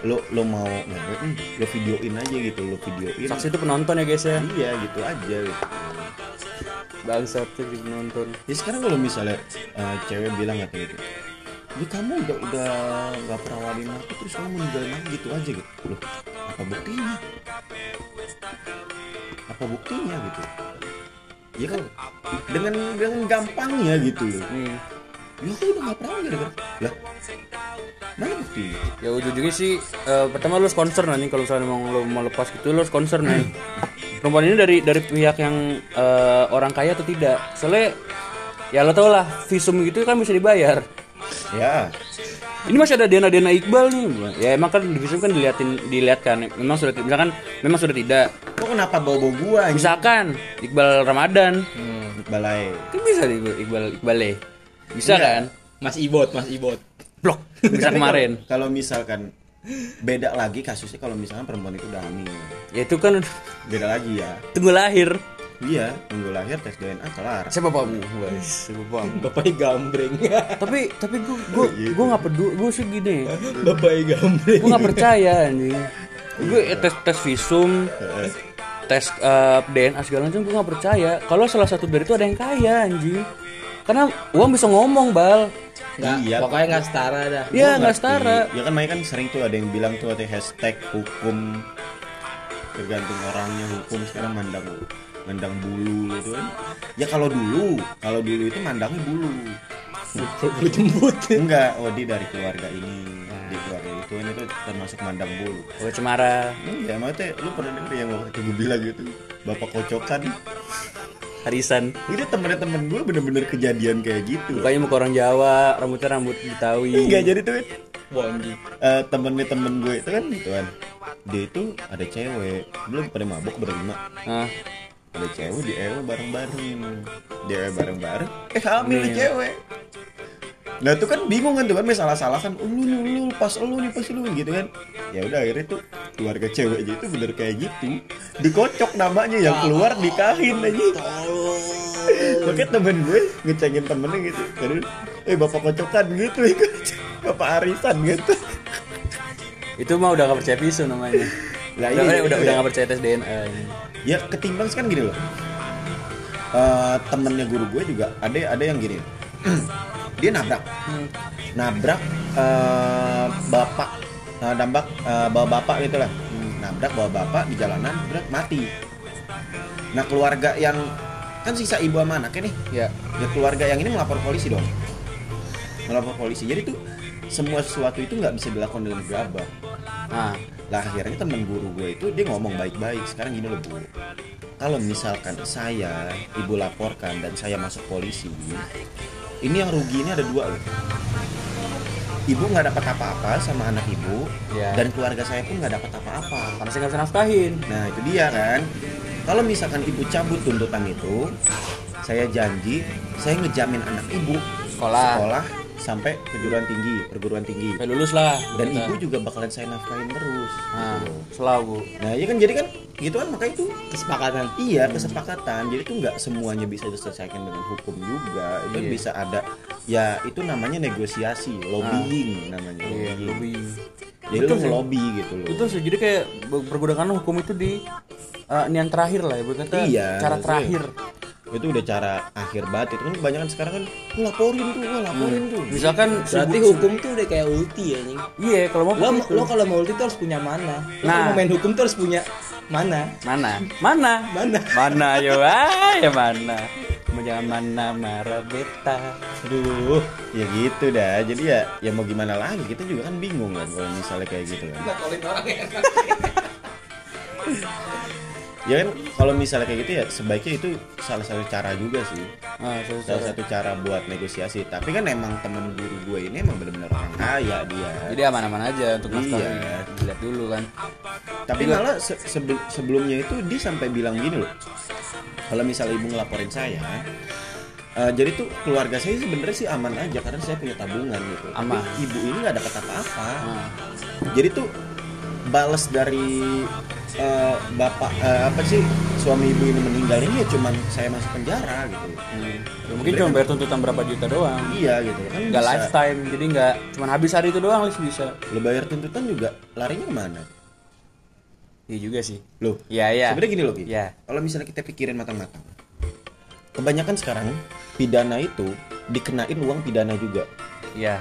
[SPEAKER 2] lo lo mau ngewek, hmm, lo videoin aja gitu lo videoin
[SPEAKER 1] Saksi itu penonton ya guys ya.
[SPEAKER 2] iya gitu aja gitu.
[SPEAKER 1] Bangsat tuh jadi penonton.
[SPEAKER 2] ya sekarang kalau misalnya eh, cewek bilang nggak kayak gitu "Lu kamu udah udah nggak perawanin aku terus kamu ninggalin aku gitu aja gitu loh apa buktinya apa buktinya gitu ya kan dengan dengan gampangnya gitu loh
[SPEAKER 1] Hmm.
[SPEAKER 2] ya aku udah nggak perawan gitu kan lah Iya.
[SPEAKER 1] ya ujung-ujungnya sih eh, pertama lu harus concern nih kalau misalnya emang lu mau lepas gitu lu harus concern nih perempuan ini dari dari pihak yang eh, orang kaya atau tidak soalnya ya lo tau lah visum gitu kan bisa dibayar
[SPEAKER 2] Ya.
[SPEAKER 1] ini masih ada dana dana iqbal nih ya emang kan di visum kan diliatin dilihatkan memang sudah misalkan memang sudah tidak
[SPEAKER 2] Kok kenapa bobo gua anjing?
[SPEAKER 1] misalkan iqbal ramadan
[SPEAKER 2] Balai.
[SPEAKER 1] kan bisa di iqbal iqbal Iqbale. bisa kan
[SPEAKER 3] Mas Ibot, Mas Ibot.
[SPEAKER 1] blok bisa
[SPEAKER 2] Tapi
[SPEAKER 1] kemarin
[SPEAKER 2] kalau- Kalau misalkan beda lagi kasusnya kalau misalkan perempuan itu udah hamil.
[SPEAKER 1] *laughs* ya itu kan
[SPEAKER 2] Beda lagi ya.
[SPEAKER 1] tunggu lahir
[SPEAKER 2] Iya, tunggu lahir tes DNA kelar.
[SPEAKER 1] saya bapakmu guys saya bapakmu
[SPEAKER 3] *laughs*
[SPEAKER 1] Iya.
[SPEAKER 3] Bapaknya gambreng. *laughs*
[SPEAKER 1] tapi tapi gue gue gue nggak peduli gue sih gini
[SPEAKER 3] Bapaknya gambreng.
[SPEAKER 1] gue nggak percaya anjing gue tes tes visum tes eh, DNA segala macam gue nggak percaya kalau salah satu dari itu ada yang kaya anjing karena uang bisa ngomong bal
[SPEAKER 3] Nggak,
[SPEAKER 2] Iya.
[SPEAKER 3] pokoknya nggak setara dah.
[SPEAKER 1] ya
[SPEAKER 2] Gua
[SPEAKER 1] nggak
[SPEAKER 2] ngerti.
[SPEAKER 1] setara
[SPEAKER 2] Ya kan makanya kan sering tuh ada yang bilang tuh ada hashtag hukum tergantung orangnya hukum sekarang mandang mandang bulu gitu kan. Ya kalau dulu, kalau dulu itu mandangnya bulu.
[SPEAKER 3] Bulu jembut.
[SPEAKER 2] Enggak, oh dia dari keluarga ini, di keluarga itu kan itu termasuk mandang bulu.
[SPEAKER 1] gue cemara
[SPEAKER 2] Iya, maksudnya lu pernah denger yang waktu itu gue bilang gitu, bapak kocokan.
[SPEAKER 1] harisan
[SPEAKER 2] Itu temen-temen gue bener-bener kejadian kayak gitu.
[SPEAKER 1] mukanya muka orang Jawa rambutnya rambut Betawi
[SPEAKER 2] Enggak jadi tuh kan,
[SPEAKER 3] Bonji.
[SPEAKER 2] eh, temennya temen gue itu kan gitu kan. Dia itu ada cewek, belum pada mabok berlima.
[SPEAKER 1] ah
[SPEAKER 2] Ada cewek di ewe bareng-bareng. Di ewe bareng-bareng, eh hamil nih cewek. Nah itu kan bingung kan tuh kan, salah-salah kan, "Oh, lu lu lu pas lu nih pas lu gitu kan. Ya udah akhirnya tuh keluarga ceweknya itu bener kayak gitu. Dikocok namanya yang keluar nikahin aja. Makanya temen gue ngecengin temennya gitu Jadi eh bapak kocokan gitu Bapak arisan gitu
[SPEAKER 1] itu mah udah nggak percaya visum namanya
[SPEAKER 2] *laughs* Lah,
[SPEAKER 1] udah
[SPEAKER 2] iya,
[SPEAKER 1] udah udah
[SPEAKER 2] iya.
[SPEAKER 1] nggak percaya tes DNA
[SPEAKER 2] Ya ketimbang kan gini loh Eh, Temennya guru gue juga ada ada yang gini *clears throat* Dia nabrak Nabrak eh, bapak nah, Nabrak eh, bawa bapak gitu lah Nabrak bawa bapak di jalanan berat mati Nah keluarga yang Kan sisa ibu sama anaknya nih
[SPEAKER 1] ya
[SPEAKER 2] ya keluarga yang ini melapor polisi dong melapor polisi jadi tuh semua sesuatu itu nggak bisa dilakukan dengan gegabah
[SPEAKER 1] nah
[SPEAKER 2] lah akhirnya temen guru gue itu dia ngomong baik-baik sekarang gini loh bu kalau misalkan saya ibu laporkan dan saya masuk polisi ini yang rugi ini ada dua loh ibu nggak dapat apa-apa sama anak ibu
[SPEAKER 1] Iya.
[SPEAKER 2] dan keluarga saya pun nggak dapat apa-apa
[SPEAKER 1] karena saya nggak bisa nafkahin
[SPEAKER 2] Nah itu dia kan. Kalau misalkan ibu cabut tuntutan itu, saya janji saya ngejamin anak ibu
[SPEAKER 1] Sekolah.
[SPEAKER 2] sekolah sampai perguruan tinggi, perguruan tinggi.
[SPEAKER 1] Sampai lulus lah gitu.
[SPEAKER 2] Dan ibu juga bakalan saya nafkahin terus.
[SPEAKER 1] nah
[SPEAKER 2] gitu loh.
[SPEAKER 1] selalu
[SPEAKER 2] Nah ya kan jadi kan gitu kan makanya itu
[SPEAKER 3] Kesepakatan.
[SPEAKER 2] iya kesepakatan. Jadi tuh nggak semuanya bisa diselesaikan dengan hukum juga. Itu
[SPEAKER 1] Iya.
[SPEAKER 2] bisa ada ya itu namanya negosiasi, lobbying namanya.
[SPEAKER 1] Iya,
[SPEAKER 2] lobbying.
[SPEAKER 1] lebih
[SPEAKER 2] Jadi
[SPEAKER 1] Betul
[SPEAKER 2] lu
[SPEAKER 1] sih.
[SPEAKER 2] lobby gitu loh.
[SPEAKER 1] itu sih jadi kayak be- pergunakan hukum itu di eh, nian terakhir lah ya berkata
[SPEAKER 2] Iya,
[SPEAKER 1] cara
[SPEAKER 2] maksudnya.
[SPEAKER 1] terakhir
[SPEAKER 2] itu udah cara akhir banget itu kan kebanyakan sekarang kan "Oh, laporin tuh oh, laporin
[SPEAKER 1] Hmm.
[SPEAKER 2] tuh
[SPEAKER 1] misalkan
[SPEAKER 3] Berarti
[SPEAKER 1] si bu-
[SPEAKER 3] hukum tuh udah kayak ulti ya, Nying.
[SPEAKER 1] iya kalau mau
[SPEAKER 3] Lo,
[SPEAKER 1] begitu.
[SPEAKER 3] lo kalau mau ulti tuh harus punya mana? Lo
[SPEAKER 1] Nah.
[SPEAKER 3] kalau mau main hukum tuh harus punya mana?
[SPEAKER 1] mana mana
[SPEAKER 3] Mana?
[SPEAKER 1] mana yo
[SPEAKER 2] *laughs*
[SPEAKER 1] ah, ya mana Cuma jangan mana marah beta
[SPEAKER 2] aduh ya gitu dah jadi ya ya mau gimana lagi kita juga kan bingung kan kalau misalnya kayak gitu kan *laughs* ya kan kalau misalnya kayak gitu ya sebaiknya itu salah satu cara juga sih
[SPEAKER 1] ah, sorry,
[SPEAKER 2] salah
[SPEAKER 1] sorry.
[SPEAKER 2] satu cara buat negosiasi tapi kan emang temen guru gue ini emang bener-bener orang kaya dia
[SPEAKER 1] jadi aman-aman aja untuk
[SPEAKER 2] Iya.
[SPEAKER 1] nafkahin dilihat dulu kan
[SPEAKER 2] tapi
[SPEAKER 1] Iya.
[SPEAKER 2] malah se- sebe- sebelumnya itu dia sampai bilang gini loh kalau misalnya ibu ngelaporin saya eh, jadi tuh keluarga saya sebenarnya sih aman aja karena saya punya tabungan gitu Tapi
[SPEAKER 1] Aman.
[SPEAKER 2] ibu ini nggak dapat apa-apa
[SPEAKER 1] nah,
[SPEAKER 2] jadi tuh balas dari eh, bapak eh, apa sih suami ibu ini meninggal ini ya cuman saya masuk penjara gitu
[SPEAKER 1] Ya, mungkin cuma bayar tuntutan berapa juta doang
[SPEAKER 2] iya gitu kan
[SPEAKER 1] nggak
[SPEAKER 2] bisa.
[SPEAKER 1] lifetime jadi nggak cuma habis hari itu doang Lis bisa
[SPEAKER 2] lo bayar tuntutan juga larinya kemana
[SPEAKER 1] iya juga sih
[SPEAKER 2] loh
[SPEAKER 1] Iya, iya.
[SPEAKER 2] sebenarnya gini loh Ki.
[SPEAKER 1] Iya.
[SPEAKER 2] kalau misalnya kita pikirin matang-matang kebanyakan sekarang pidana itu dikenain uang pidana juga
[SPEAKER 1] iya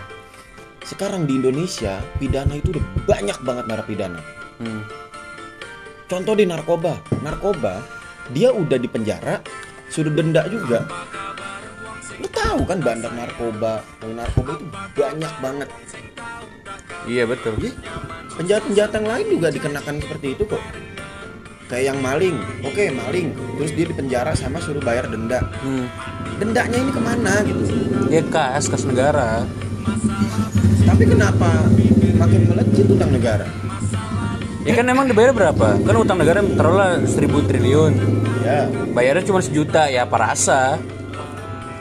[SPEAKER 2] sekarang di Indonesia pidana itu udah banyak banget narapidana
[SPEAKER 1] hmm.
[SPEAKER 2] contoh di narkoba narkoba dia udah di penjara sudah denda juga lu tahu kan bandar narkoba yang narkoba itu banyak banget
[SPEAKER 1] Iya betul.
[SPEAKER 2] Iya, penjahat-penjahat yang lain juga dikenakan seperti itu kok kayak yang maling oke maling terus dia dipenjara sama suruh bayar denda
[SPEAKER 1] Hmm.
[SPEAKER 2] dendanya ini kemana gitu
[SPEAKER 1] Dia kas kas negara.
[SPEAKER 2] tapi kenapa makin melejit utang negara
[SPEAKER 1] Ya kan emang dibayar berapa? Kan utang negara taruhlah seribu triliun.
[SPEAKER 2] ya
[SPEAKER 1] Bayarnya cuma sejuta ya apa rasa?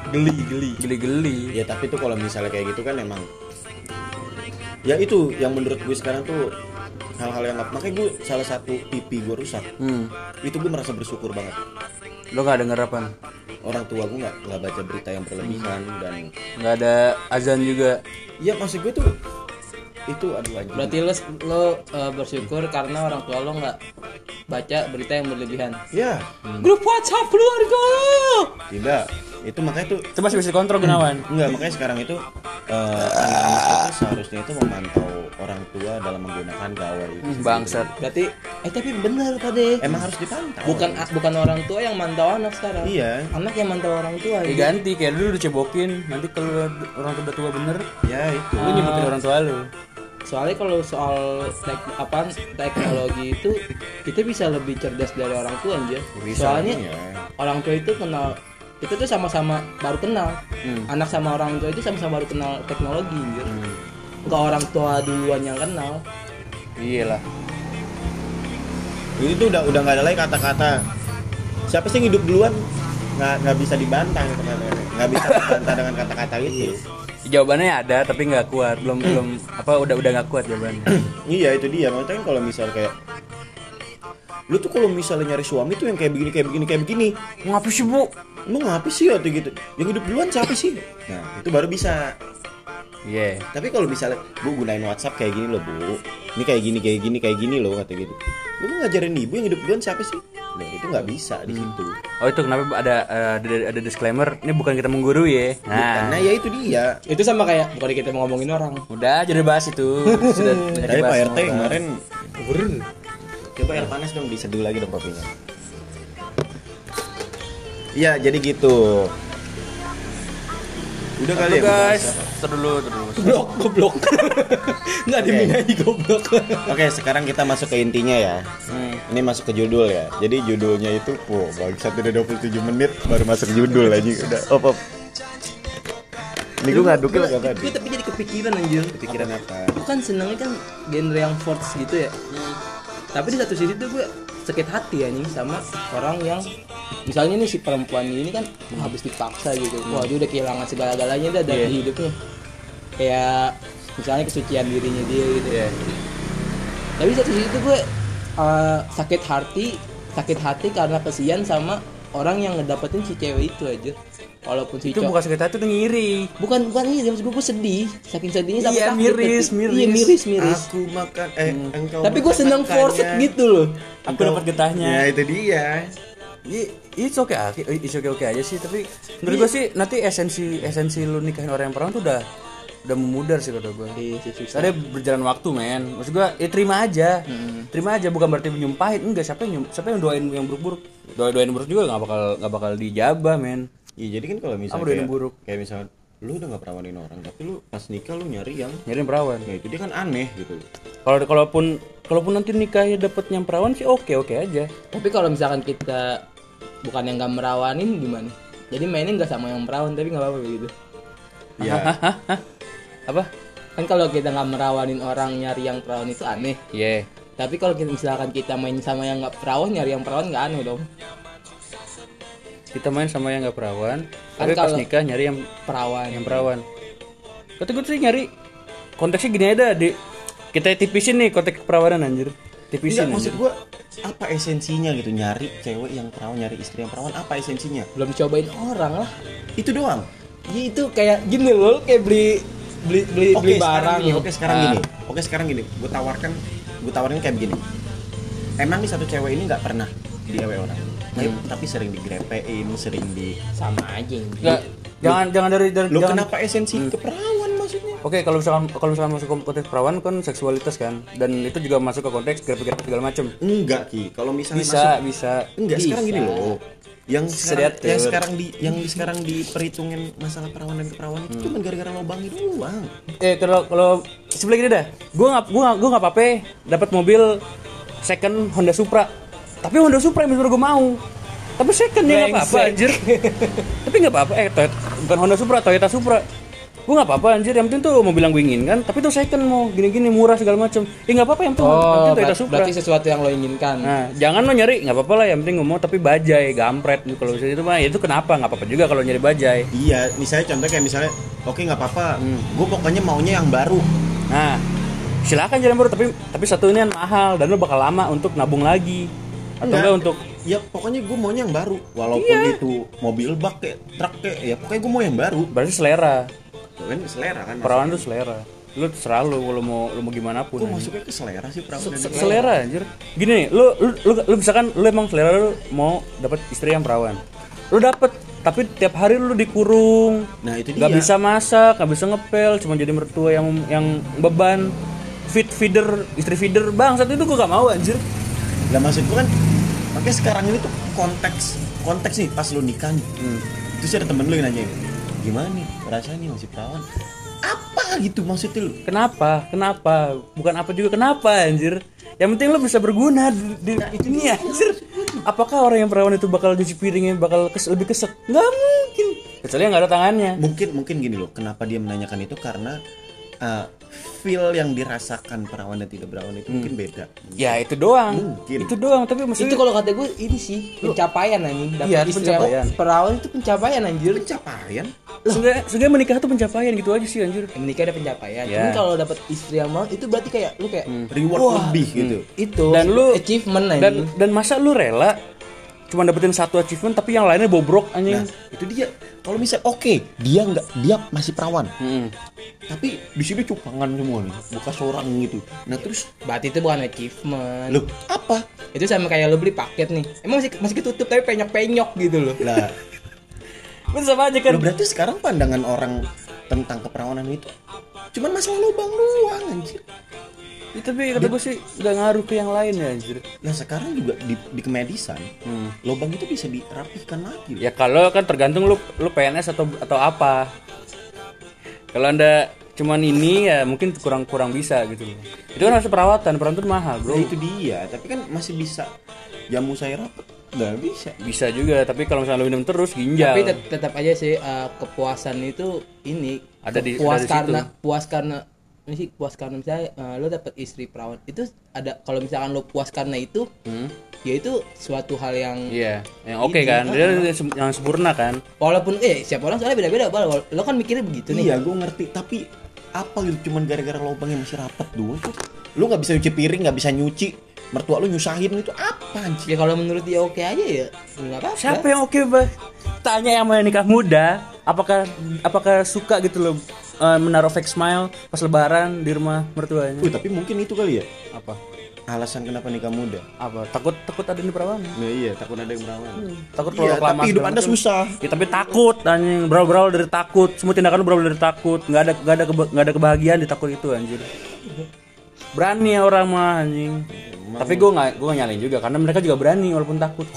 [SPEAKER 2] geli geli
[SPEAKER 1] Geli-geli.
[SPEAKER 2] ya tapi tuh kalau misalnya kayak gitu kan emang ya itu yang menurut gue sekarang tuh hal-hal yang nggak- makanya gue salah satu pipi gue rusak
[SPEAKER 1] Hmm.
[SPEAKER 2] itu gue merasa bersyukur banget
[SPEAKER 1] Lo nggak denger apa?
[SPEAKER 2] orang tua gue nggak nggak baca berita yang berlebihan dan
[SPEAKER 1] Nggak ada azan juga.
[SPEAKER 2] ya maksud gue tuh itu aduh anjing
[SPEAKER 3] Berarti lo lo eh, bersyukur karena orang tua lo nggak baca berita yang berlebihan.
[SPEAKER 2] ya
[SPEAKER 3] Grup WhatsApp keluarga.
[SPEAKER 2] tidak itu makanya tuh
[SPEAKER 1] Itu masih bisa kontrol Gunawan.
[SPEAKER 2] Enggak, makanya sekarang itu eh, anak-anak itu seharusnya itu memantau orang tua dalam menggunakan gawai itu.
[SPEAKER 1] Bangsat.
[SPEAKER 3] Berarti eh tapi bener tadi.
[SPEAKER 2] Emang harus dipantau.
[SPEAKER 3] Bukan bukan orang tua yang mantau anak sekarang.
[SPEAKER 2] Iya.
[SPEAKER 3] Anak yang mantau orang tua.
[SPEAKER 1] Ya
[SPEAKER 3] ya.
[SPEAKER 1] ganti kayak dulu dicebokin. Nanti kalau orang tua udah tua bener,
[SPEAKER 2] Ya itu.
[SPEAKER 1] lu nyebutin orang tua lu.
[SPEAKER 3] Soalnya kalau soal tek- apaan, teknologi itu kita bisa lebih cerdas dari orang tua aja.
[SPEAKER 2] Bisa,
[SPEAKER 3] Soalnya
[SPEAKER 2] iya.
[SPEAKER 3] orang tua itu kenal itu tuh sama-sama baru kenal.
[SPEAKER 2] Hmm.
[SPEAKER 3] Anak sama orang tua itu sama-sama baru kenal teknologi anjir. Enggak orang tua duluan yang kenal.
[SPEAKER 1] Iyalah.
[SPEAKER 2] Itu tuh udah udah nggak ada lagi kata-kata. Siapa sih yang hidup duluan? Nggak nggak bisa dibantah gitu kan. Nggak bisa dibantah dengan kata-kata itu.
[SPEAKER 1] Jawabannya ada tapi nggak kuat. Belum belum apa udah udah nggak kuat jawabannya.
[SPEAKER 2] Iya itu dia. Makanya kan kalau misal kayak lu tuh kalau misalnya nyari suami tuh yang kayak begini kayak begini kayak begini
[SPEAKER 1] Ngapa sih bu?
[SPEAKER 2] lu ngapa sih ya tuh gitu yang hidup duluan siapa sih nah itu baru bisa
[SPEAKER 1] Iya.
[SPEAKER 2] Tapi kalau misalnya bu gunain WhatsApp kayak gini loh bu, ini kayak gini kayak gini kayak gini loh kata gitu. Lu mau ngajarin ibu yang hidup duluan siapa sih? Nah, itu nggak bisa di situ.
[SPEAKER 1] Oh itu kenapa ada eh, ada, ada disclaimer? Ini bukan kita menggurui ya.
[SPEAKER 2] Karena
[SPEAKER 1] Nah,
[SPEAKER 2] ya itu dia.
[SPEAKER 3] Itu sama kayak bukan kita mau ngomongin orang.
[SPEAKER 1] udah jadi bahas itu. *laughs* Sudah banyak
[SPEAKER 2] Tadi
[SPEAKER 1] dibahas
[SPEAKER 2] Pak
[SPEAKER 1] sama
[SPEAKER 2] RT
[SPEAKER 1] orang.
[SPEAKER 2] kemarin Coba air panas dong diseduh lagi dong kopinya. Iya jadi gitu. Udah
[SPEAKER 1] Halo
[SPEAKER 2] kali ya.
[SPEAKER 1] guys,
[SPEAKER 2] pembahasan.
[SPEAKER 1] Ntar dulu, ntar dulu.
[SPEAKER 3] Goblok, goblok. *laughs* Enggak diminai goblok.
[SPEAKER 2] Oke sekarang kita masuk ke intinya ya. Ini masuk ke judul ya. Jadi judulnya itu, wow, bangsat udah 27 menit baru masuk judul aja udah. Op, op. Ini gue ngaduknya
[SPEAKER 3] Gua-
[SPEAKER 2] gak tadi.
[SPEAKER 3] Gua tapi jadi kepikiran anjir.
[SPEAKER 2] Pikiran apa?
[SPEAKER 3] Gue kan senengnya kan genre yang force gitu ya tapi di satu sisi tuh gue sakit hati ya nih sama orang yang misalnya nih si perempuan ini kan habis dipaksa gitu wah dia udah kehilangan segala-galanya dah
[SPEAKER 1] Iya.
[SPEAKER 3] dari hidupnya kayak misalnya kesucian dirinya dia gitu
[SPEAKER 1] Iya.
[SPEAKER 3] ya tapi di satu sisi tuh gue eh, sakit hati sakit hati karena kesian sama orang yang ngedapetin si cewek itu aja walaupun si
[SPEAKER 1] Itu
[SPEAKER 3] cowok-
[SPEAKER 1] bukan sekitar itu tuh ngiri.
[SPEAKER 3] bukan bukan ini maksud gue gue sedih saking sedihnya sama
[SPEAKER 1] Iya,
[SPEAKER 3] takut.
[SPEAKER 1] miris, miris.
[SPEAKER 3] iya miris miris
[SPEAKER 2] Aku makan eh engkau
[SPEAKER 3] tapi
[SPEAKER 2] makan
[SPEAKER 3] gue
[SPEAKER 2] ya.
[SPEAKER 3] seneng
[SPEAKER 2] makannya.
[SPEAKER 3] force gitu loh
[SPEAKER 1] Aku dapat getahnya.
[SPEAKER 2] Ya itu dia.
[SPEAKER 1] I- It's okay, okay, it's okay, okay aja sih. Tapi menurut gue sih nanti esensi esensi lu nikahin orang yang pernah tuh udah udah memudar sih kata gue.
[SPEAKER 3] Iya sih, susah.
[SPEAKER 1] Tadi berjalan waktu men. Maksud gue, ya terima aja, terima aja. Bukan berarti menyumpahin, enggak. Siapa yang nyum- siapa yang doain yang buruk-buruk? Doain doain buruk juga nggak bakal nggak bakal dijabah men.
[SPEAKER 2] Ya jadi kan kalau misalnya
[SPEAKER 1] Apa udah yang
[SPEAKER 2] kayak-
[SPEAKER 1] buruk?
[SPEAKER 2] Kayak misalnya lu udah gak perawanin orang tapi lu pas nikah lu nyari yang
[SPEAKER 1] Nyariin perawan.
[SPEAKER 2] ya itu dia kan aneh gitu.
[SPEAKER 1] Kalau kalaupun kalaupun nanti nikahnya dapet yang perawan sih oke oke aja.
[SPEAKER 3] tapi kalau misalkan kita bukan yang gak merawanin gimana jadi mainnya nggak sama yang perawan tapi nggak apa-apa gitu
[SPEAKER 2] Ya.
[SPEAKER 1] Hah? Hah? *laughs* Apa?
[SPEAKER 3] kan kalau kita nggak merawanin orang nyari yang perawan itu aneh
[SPEAKER 1] Iya.
[SPEAKER 3] tapi kalau kita misalkan kita main sama yang nggak perawan nyari yang perawan nggak aneh dong
[SPEAKER 1] Kita main sama yang nggak perawan.
[SPEAKER 3] Kan
[SPEAKER 1] tapi pas
[SPEAKER 3] kalau-
[SPEAKER 1] nikah nyari yang
[SPEAKER 3] perawan
[SPEAKER 1] Iya. yang perawan. Kata gue tuh sih nyari konteksnya gini aja deh. Kita tipisin nih konteks perawanan anjir.
[SPEAKER 2] Enggak,
[SPEAKER 1] Tipisin
[SPEAKER 2] maksud
[SPEAKER 1] anjir.
[SPEAKER 2] gue apa esensinya gitu nyari cewek yang perawan nyari istri yang perawan apa esensinya
[SPEAKER 3] belum cobain orang lah
[SPEAKER 2] itu doang
[SPEAKER 3] ya itu kayak gini loh kayak beli beli beli,
[SPEAKER 2] oke
[SPEAKER 3] beli
[SPEAKER 2] sekarang
[SPEAKER 3] barang
[SPEAKER 2] gini oke sekarang
[SPEAKER 3] Ah.
[SPEAKER 2] gini oke sekarang gini gue tawarkan gue tawarin kayak begini emang nih satu cewek ini nggak pernah di ewe orang tapi, tapi sering digrepein sering di
[SPEAKER 3] sama aja
[SPEAKER 1] Nggak, jangan jangan dari dari
[SPEAKER 2] lo
[SPEAKER 1] jangan.
[SPEAKER 2] Hmm. kenapa esensi keperawan maksudnya
[SPEAKER 1] Oke Oke, kalau misalkan kalau misalkan masuk ke konteks perawan kan seksualitas kan, dan itu juga masuk ke konteks grafik-grafik segala macam.
[SPEAKER 2] Enggak Ki, kalau misalnya
[SPEAKER 1] Bisa,
[SPEAKER 2] masuk
[SPEAKER 1] bisa.
[SPEAKER 2] enggak sekarang
[SPEAKER 3] Bisa.
[SPEAKER 2] gini loh. Yang sekarang,
[SPEAKER 1] Sedatif.
[SPEAKER 2] yang sekarang di yang di- sekarang diperhitungin masalah perawan dan keperawan itu cuma gara-gara lubangnya doang.
[SPEAKER 1] Eh kalau kalau sebelah gini dah, gua nggak gua nggak- gua nggak apa-apa dapat mobil second Honda Supra, tapi Honda Supra yang sebenarnya gua mau. Tapi second ya nggak apa-apa
[SPEAKER 3] Brengsek. *laughs*
[SPEAKER 1] anjir. tapi nggak apa-apa, eh Toyota, bukan Honda Supra, Toyota Supra. Gua nggak apa-apa anjir, yang penting tuh mobil yang gua inginkan, tapi tuh second mau gini-gini murah segala macam. Eh nggak apa-apa yang penting yang penting
[SPEAKER 3] Oh,
[SPEAKER 1] Toyota
[SPEAKER 3] berat-
[SPEAKER 1] Supra.
[SPEAKER 3] berarti sesuatu yang lo inginkan.
[SPEAKER 1] Nah, jangan lo nyari, nggak apa-apa lah. Yang penting ngomong tapi bajai, gampret. gitu. Kalau misalnya itu mah, ya itu kenapa? Nggak apa-apa juga kalau nyari bajai.
[SPEAKER 2] Iya, misalnya contoh kayak misalnya oke nggak apa-apa, gue pokoknya maunya yang baru.
[SPEAKER 1] Nah, silakan jalan baru, tapi tapi satu ini yang mahal dan lo bakal lama untuk nabung lagi atau enggak untuk Iya.
[SPEAKER 2] ya pokoknya gue maunya yang baru walaupun itu mobil bak kayak truk kayak ya pokoknya gue mau yang baru
[SPEAKER 1] berarti selera.
[SPEAKER 2] kan selera kan
[SPEAKER 1] Perawan tuh selera. Lu terserah lu, lu mau lu mau gimana pun.
[SPEAKER 2] gue
[SPEAKER 1] anjing.
[SPEAKER 2] masuknya ke selera sih gitu. perawan dan
[SPEAKER 1] Se-
[SPEAKER 2] keperawan.
[SPEAKER 1] selera anjir gini nih lu lu, lu lu misalkan lu emang selera lu mau dapat istri yang perawan lu dapet tapi tiap hari lu dikurung
[SPEAKER 2] Nah, itu
[SPEAKER 1] nggak
[SPEAKER 2] dia.
[SPEAKER 1] bisa masak nggak bisa ngepel cuma jadi mertua yang yang beban feed feeder istri feeder bang saat itu gua gak mau anjir
[SPEAKER 2] lah maksud gue kan makanya sekarang ini tuh konteks konteks nih pas lo nikah nih
[SPEAKER 1] Hmm.
[SPEAKER 2] terus ada temen lo yang nanya gimana nih rasanya masih perawan apa gitu maksudnya lu
[SPEAKER 1] kenapa kenapa bukan apa juga kenapa anjir yang penting lu bisa berguna di, di dunia anjir apakah orang yang perawan itu bakal cuci piringnya bakal kes, lebih kesek nggak mungkin kecuali yang nggak ada tangannya
[SPEAKER 2] mungkin mungkin gini loh kenapa dia menanyakan itu karena uh, feel yang dirasakan perawan dan tidak perawan itu mungkin beda
[SPEAKER 1] Ya itu doang.
[SPEAKER 2] Mungkin.
[SPEAKER 1] Itu doang tapi maksudnya
[SPEAKER 3] Itu kalau kata gue ini sih pencapaian anjing. Dapet
[SPEAKER 1] Iya,
[SPEAKER 3] istri yang-
[SPEAKER 1] pencapaian.
[SPEAKER 3] Perawan itu pencapaian anjir.
[SPEAKER 2] pencapaian
[SPEAKER 1] sebenarnya sebenarnya menikah tuh pencapaian gitu aja sih anjir.
[SPEAKER 3] Ya, menikah ada
[SPEAKER 1] Iya.
[SPEAKER 3] pencapaian.
[SPEAKER 1] Hmm.
[SPEAKER 3] Cuman kalau dapet istri yang mahal itu berarti kayak lu kayak
[SPEAKER 2] reward lebih gitu
[SPEAKER 3] itu
[SPEAKER 1] Dan lu-
[SPEAKER 3] achievement
[SPEAKER 1] Dan
[SPEAKER 3] anjing.
[SPEAKER 1] dan masa lu rela cuma dapetin satu achievement tapi yang lainnya bobrok anjing.
[SPEAKER 2] Nah, itu dia. Kalau misal oke, dia nggak dia masih perawan. Tapi di sini cupangan semua nih, buka seorang gitu. Nah, terus
[SPEAKER 3] Berarti itu bukan achievement.
[SPEAKER 2] loh, apa?
[SPEAKER 3] Itu sama kayak lu beli paket nih. Emang masih masih ketutup tapi penyok-penyok gitu loh.
[SPEAKER 2] Lah,
[SPEAKER 1] Itu sama aja kan.
[SPEAKER 2] loh, berarti sekarang pandangan orang tentang keperawanan itu cuman masalah lubang doang anjir.
[SPEAKER 1] Ya, tapi kata gue sih gak ngaruh ke yang lain ya anjir.
[SPEAKER 2] Nah, sekarang juga di, di kemedisan, lubang itu bisa dirapihkan lagi. loh.
[SPEAKER 1] Ya kalau kan tergantung lu lu PNS atau atau apa. Kalau anda cuman ini ya mungkin kurang kurang bisa gitu loh. Itu kan harus perawatan, perawatan tuh mahal bro.
[SPEAKER 2] Nah, itu dia, tapi kan masih bisa jamu saya rapat. Nggak bisa.
[SPEAKER 1] Bisa juga, tapi kalau misalnya lu minum terus ginjal.
[SPEAKER 3] Tapi tet- tetap aja sih eh, kepuasan itu ini
[SPEAKER 1] Ada di- ada di
[SPEAKER 3] puas
[SPEAKER 1] situ.
[SPEAKER 3] karena puas karena ini sih puas karena misalnya eh, lu dapet istri perawan itu ada kalau misalkan lu puas karena itu
[SPEAKER 1] Hmm.
[SPEAKER 3] ya itu suatu hal yang
[SPEAKER 1] Iya, yang oke kan, dia sem- yang sempurna kan.
[SPEAKER 3] walaupun eh siapa orang soalnya beda-beda Bal. Wal- lo kan mikirnya begitu nih
[SPEAKER 2] Iya, gue ngerti. Tapi apa gitu? Cuman gara-gara lubangnya masih rapat doang tuh. Lu nggak bisa nyuci piring, nggak bisa nyuci. Mertua lu nyusahin itu apa anjir?
[SPEAKER 3] ya kalau menurut dia oke aja ya nggak apa-apa
[SPEAKER 1] Siapa yang oke, Bah? Tanya yang mau nikah muda, apakah apakah suka gitu loh eh, menaruh fake smile pas lebaran di rumah mertuanya?
[SPEAKER 2] Wih, tapi mungkin itu kali ya
[SPEAKER 1] Apa?
[SPEAKER 2] alasan kenapa nikah muda.
[SPEAKER 1] Apa? Takut takut ada di perawan.
[SPEAKER 2] Nah iya, takut ada yang merawan.
[SPEAKER 1] Takut
[SPEAKER 2] Iya,
[SPEAKER 1] kalau kelamaan
[SPEAKER 2] tapi hidup
[SPEAKER 1] segala
[SPEAKER 2] anda
[SPEAKER 1] macam.
[SPEAKER 2] susah.
[SPEAKER 1] Ya, tapi takut anjing, berawal-berawal dari takut. Semua tindakan lu berawal dari takut. Nggak ada nggak ada keba- nggak ada kebahagiaan di takut itu anjir. Berani ya orang mah anjing. Tapi gue nggak gue nyalain juga karena mereka juga berani walaupun takut.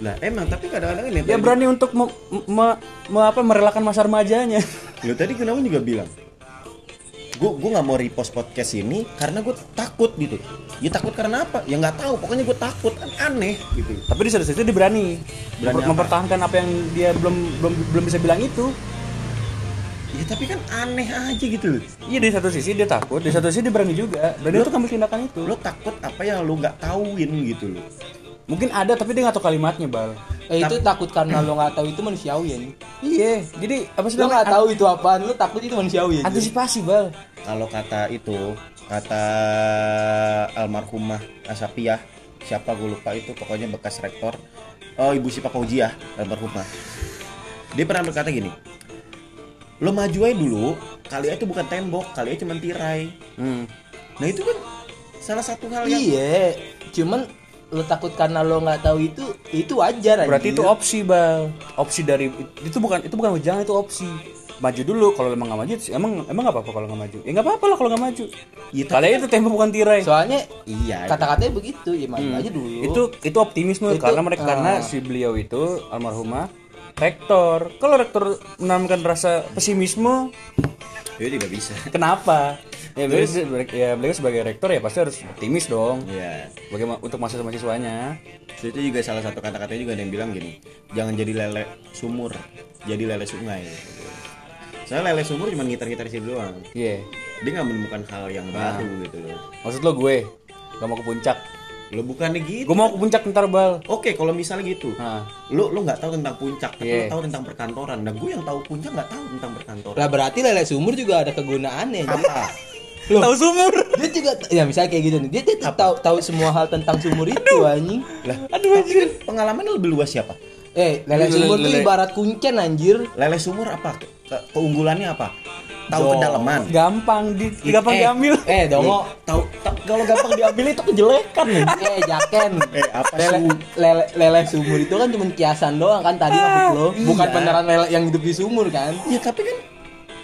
[SPEAKER 2] Nah emang, tapi kadang-kadang ini.
[SPEAKER 1] Ya
[SPEAKER 2] tadi-
[SPEAKER 1] berani untuk me, me- me- apa merelakan masa remajanya. *laughs*
[SPEAKER 2] Lo tadi kenapa juga bilang? Gue gue nggak mau repost podcast ini karena gue takut gitu. Ya takut karena apa? Ya nggak tahu. Pokoknya gue takut kan aneh gitu.
[SPEAKER 1] Tapi di satu sisi dia berani,
[SPEAKER 2] Berani
[SPEAKER 1] Memper-
[SPEAKER 2] apa?
[SPEAKER 1] mempertahankan apa yang dia belum belum belum bisa bilang itu.
[SPEAKER 2] Ya tapi kan aneh aja gitu.
[SPEAKER 1] Iya di satu sisi dia takut, di satu sisi dia berani juga. Berani untuk ambil tindakan itu.
[SPEAKER 2] Lo takut apa yang lo nggak tahuin gitu loh.
[SPEAKER 1] Mungkin ada tapi dia nggak tahu kalimatnya bal.
[SPEAKER 3] Eh, itu takut karena lo nggak tahu itu manusiawi ya nih
[SPEAKER 1] Iya, jadi apa sih
[SPEAKER 3] lo
[SPEAKER 1] namanya?
[SPEAKER 3] nggak tahu itu apaan lo takut itu manusiawi ya
[SPEAKER 1] An- Antisipasi bal.
[SPEAKER 2] kalau kata itu kata almarhumah Asapiah siapa gue lupa itu pokoknya bekas rektor oh ibu Sipa Fauziah almarhumah dia pernah berkata gini lo maju aja dulu kali itu bukan tembok kali aja cuma tirai nah itu kan salah satu hal yang
[SPEAKER 3] iya cuman lo takut karena lo nggak tahu itu itu wajar
[SPEAKER 1] Berarti
[SPEAKER 3] anjir.
[SPEAKER 1] itu opsi bal. Opsi dari itu bukan itu bukan wejangan itu opsi. maju dulu kalau emang nggak maju terus emang emang nggak apa-apa kalau nggak maju ya nggak apa-apa lah kalau nggak maju
[SPEAKER 2] Iya, tapi
[SPEAKER 1] kalian itu tembok bukan tirai
[SPEAKER 3] Soalnya
[SPEAKER 2] Iya.
[SPEAKER 3] kata-katanya begitu, ya maju
[SPEAKER 2] Hmm.
[SPEAKER 3] aja dulu.
[SPEAKER 1] itu itu optimis Nur
[SPEAKER 3] Itu,
[SPEAKER 1] karena mereka
[SPEAKER 3] ah.
[SPEAKER 1] karena si beliau itu almarhumah rektor kalau rektor menanamkan rasa pesimisme
[SPEAKER 2] Iya juga bisa.
[SPEAKER 1] kenapa ya beliau, ya, beliau sebagai rektor ya pasti harus optimis dong
[SPEAKER 2] Iya.
[SPEAKER 1] bagaimana untuk mahasiswa mahasiswanya
[SPEAKER 2] Terus Itu juga salah satu kata-katanya juga ada yang bilang gini, jangan jadi lele sumur, jadi lele sungai. Saya lele sumur cuma gitar-gitar sih doang.
[SPEAKER 1] iya
[SPEAKER 2] Dia nggak menemukan hal yang baru gitu loh.
[SPEAKER 1] maksud lo gue gak mau ke puncak
[SPEAKER 2] Lo bukannya gitu.
[SPEAKER 1] gue mau ke puncak ntar bal
[SPEAKER 2] Oke, kalau misalnya gitu,
[SPEAKER 1] Nah.
[SPEAKER 2] lo lo nggak tahu tentang puncak, tapi
[SPEAKER 1] Iya.
[SPEAKER 2] lo tahu tentang perkantoran. Nah, gue yang tahu puncak nggak tahu tentang perkantoran.
[SPEAKER 3] Lah berarti lele sumur juga ada kegunaannya. Ji.
[SPEAKER 2] Apa?
[SPEAKER 3] Loh.
[SPEAKER 1] tahu sumur
[SPEAKER 3] Dia juga ya misalnya kayak gitu nih. Dia, dia tuh tahu tahu semua hal tentang sumur itu anjing.
[SPEAKER 2] Lah, aduh anjir. Pengalaman lo lebih luas siapa?
[SPEAKER 3] Eh, lele
[SPEAKER 1] Lele-
[SPEAKER 3] sumur tuh
[SPEAKER 1] lele.
[SPEAKER 3] ibarat kuncen anjir.
[SPEAKER 2] Lele sumur apa? Ke- keunggulannya apa? Tahu kedalaman.
[SPEAKER 1] gampang di gampang
[SPEAKER 3] eh,
[SPEAKER 1] diambil
[SPEAKER 3] Eh, dongo.
[SPEAKER 2] Tahu ta- kalau gampang diambil itu kejelekan. nih.
[SPEAKER 3] eh, jaken.
[SPEAKER 2] Eh, apa
[SPEAKER 3] lele,
[SPEAKER 2] sih?
[SPEAKER 3] lele, lele sumur itu kan cuma kiasan doang kan tadi
[SPEAKER 2] Ah,
[SPEAKER 3] maksud lo.
[SPEAKER 2] iya.
[SPEAKER 3] Bukan beneran lele yang hidup di sumur kan?
[SPEAKER 2] Ya tapi kan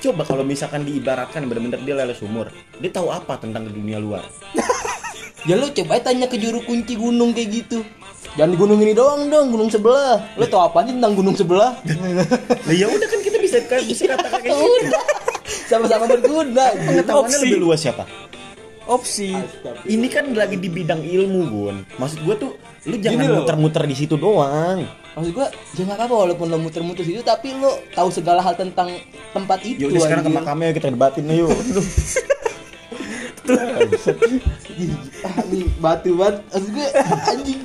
[SPEAKER 2] coba kalau misalkan diibaratkan bener-bener dia lele sumur, dia tahu apa tentang dunia luar?
[SPEAKER 3] Ya lu coba aja tanya ke juru kunci gunung kayak gitu. Jangan di gunung ini doang dong, gunung sebelah.
[SPEAKER 2] Iya.
[SPEAKER 3] Lu tau apa sih tentang gunung sebelah?
[SPEAKER 2] Nah ya udah kan kita bisa bisa katakan kayak gitu. *laughs*
[SPEAKER 3] Udah. Sama-sama berguna. anjir.
[SPEAKER 2] Kan Pengetahuannya
[SPEAKER 1] Opsi.
[SPEAKER 2] lebih luas siapa?
[SPEAKER 1] opsi
[SPEAKER 2] Ini kan lagi di bidang ilmu, Gun. Maksud gua tuh lu jangan
[SPEAKER 1] Gini loh.
[SPEAKER 2] muter-muter di situ doang.
[SPEAKER 3] Maksud gua, ya nggak apa-apa walaupun lo muter-muter situ, tapi lo tahu segala hal tentang tempat itu.
[SPEAKER 2] Ya udah sekarang ke
[SPEAKER 3] anjir.
[SPEAKER 2] makamnya kita debatin *laughs* yuk.
[SPEAKER 3] Ah, nih, batu banget. Maksud gua, *laughs* anjing.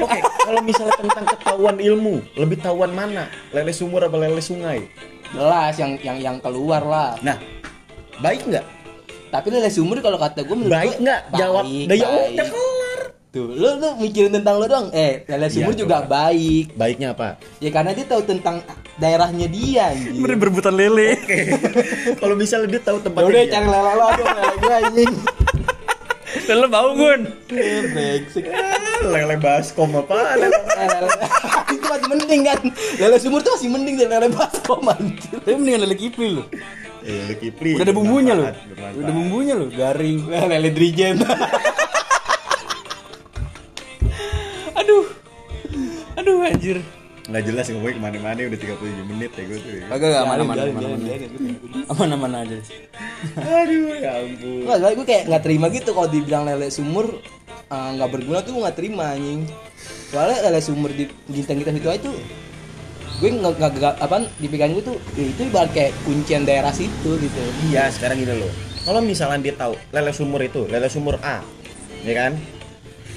[SPEAKER 2] Oke, kalau misalnya tentang ketahuan ilmu, lebih tahuan mana? Lele sumur apa lele sungai?
[SPEAKER 3] Jelas yang yang yang keluar lah.
[SPEAKER 2] Nah, baik nggak?
[SPEAKER 3] Tapi lele sumur kalau kata gua menurut
[SPEAKER 2] Baik
[SPEAKER 3] gua,
[SPEAKER 2] nggak? Jawab.
[SPEAKER 3] baik,
[SPEAKER 2] Nah, ya
[SPEAKER 3] baik.
[SPEAKER 2] udah kelar.
[SPEAKER 3] Tuh, lo lo mikirin tentang lo dong. Eh, lele sumur
[SPEAKER 2] Iya,
[SPEAKER 3] juga
[SPEAKER 2] coba.
[SPEAKER 3] baik.
[SPEAKER 2] Baiknya *laughs* apa?
[SPEAKER 3] Ya karena dia tahu tentang daerahnya dia anjir.
[SPEAKER 1] berebutan lele
[SPEAKER 2] kalau misalnya dia tahu tempatnya.
[SPEAKER 3] Ya Udah
[SPEAKER 2] dia.
[SPEAKER 3] cari lele lo aduh lele gue anjing.
[SPEAKER 1] lele bau gun
[SPEAKER 3] Eh, Brengsek.
[SPEAKER 2] Ah, lele baskom apaan? *laughs*
[SPEAKER 3] Eh, lele- *laughs* itu masih mending kan lele sumur tuh masih mending dari lele baskom anjir
[SPEAKER 1] tapi mendingan lele kipli lo
[SPEAKER 2] Eh, lu Kipli.
[SPEAKER 1] udah ada bumbunya lo
[SPEAKER 2] Bermanfaat, bermanfaat.
[SPEAKER 1] udah bumbunya lo garing Eh,
[SPEAKER 3] lele drijen
[SPEAKER 1] aduh aduh anjir
[SPEAKER 2] Nggak jelas ngomongnya kemana-mana udah 37 menit ya gue tuh. ya.
[SPEAKER 1] agak agak aman
[SPEAKER 3] Jalan,
[SPEAKER 1] aman
[SPEAKER 3] jalan,
[SPEAKER 1] aman
[SPEAKER 3] jalan,
[SPEAKER 1] aman.
[SPEAKER 3] jalan.
[SPEAKER 1] aman aman aja
[SPEAKER 2] Aduh, ya ampun.
[SPEAKER 3] Nggak, soalnya gue kayak nggak terima gitu kalau dibilang lele sumur eh, nggak berguna tuh gue nggak terima anjing. Soalnya lele sumur di ginteng ginteng itu aja tuh gue nggak nggak nggak- apaan di pikiran gue tuh ya itu ibarat kayak kuncian daerah situ gitu.
[SPEAKER 2] Iya, sekarang gini loh. Kalau misalnya dia tahu lele sumur itu, lele sumur A, ya kan?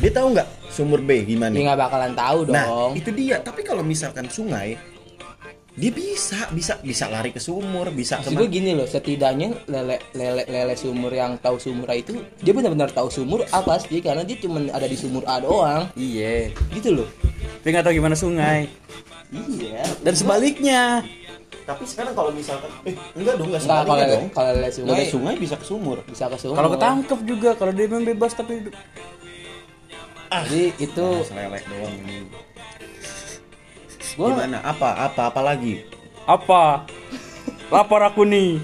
[SPEAKER 2] Dia tahu nggak sumur B
[SPEAKER 3] Ya
[SPEAKER 2] gimana?
[SPEAKER 3] nggak bakalan tahu
[SPEAKER 2] Nah,
[SPEAKER 3] dong.
[SPEAKER 2] itu dia. Tapi kalau misalkan sungai, dia bisa, bisa, bisa lari ke sumur, bisa ke
[SPEAKER 3] Maksud gue gini loh, setidaknya lele lele lele sumur yang tahu sumur A itu dia benar-benar tahu sumur A pasti karena dia cuma ada di sumur A doang
[SPEAKER 1] iya
[SPEAKER 3] gitu loh.
[SPEAKER 1] tapi nggak tahu gimana sungai
[SPEAKER 3] Iya.
[SPEAKER 1] dan sebaliknya
[SPEAKER 2] Tapi sekarang kalau misalkan, eh enggak dong, enggak
[SPEAKER 3] Nggak kalau
[SPEAKER 2] sebaliknya dong.
[SPEAKER 3] kalau lele
[SPEAKER 2] Lele
[SPEAKER 3] sungai
[SPEAKER 2] sungai bisa ke sumur.
[SPEAKER 3] bisa ke sumur.
[SPEAKER 1] kalau ketangkep juga kalau dia memang bebas tapi hidup.
[SPEAKER 3] Jadi itu
[SPEAKER 2] Selelek doang ini.
[SPEAKER 3] gue
[SPEAKER 2] Gimana? Apa? Apa? Apa lagi?
[SPEAKER 1] apa lapar aku nih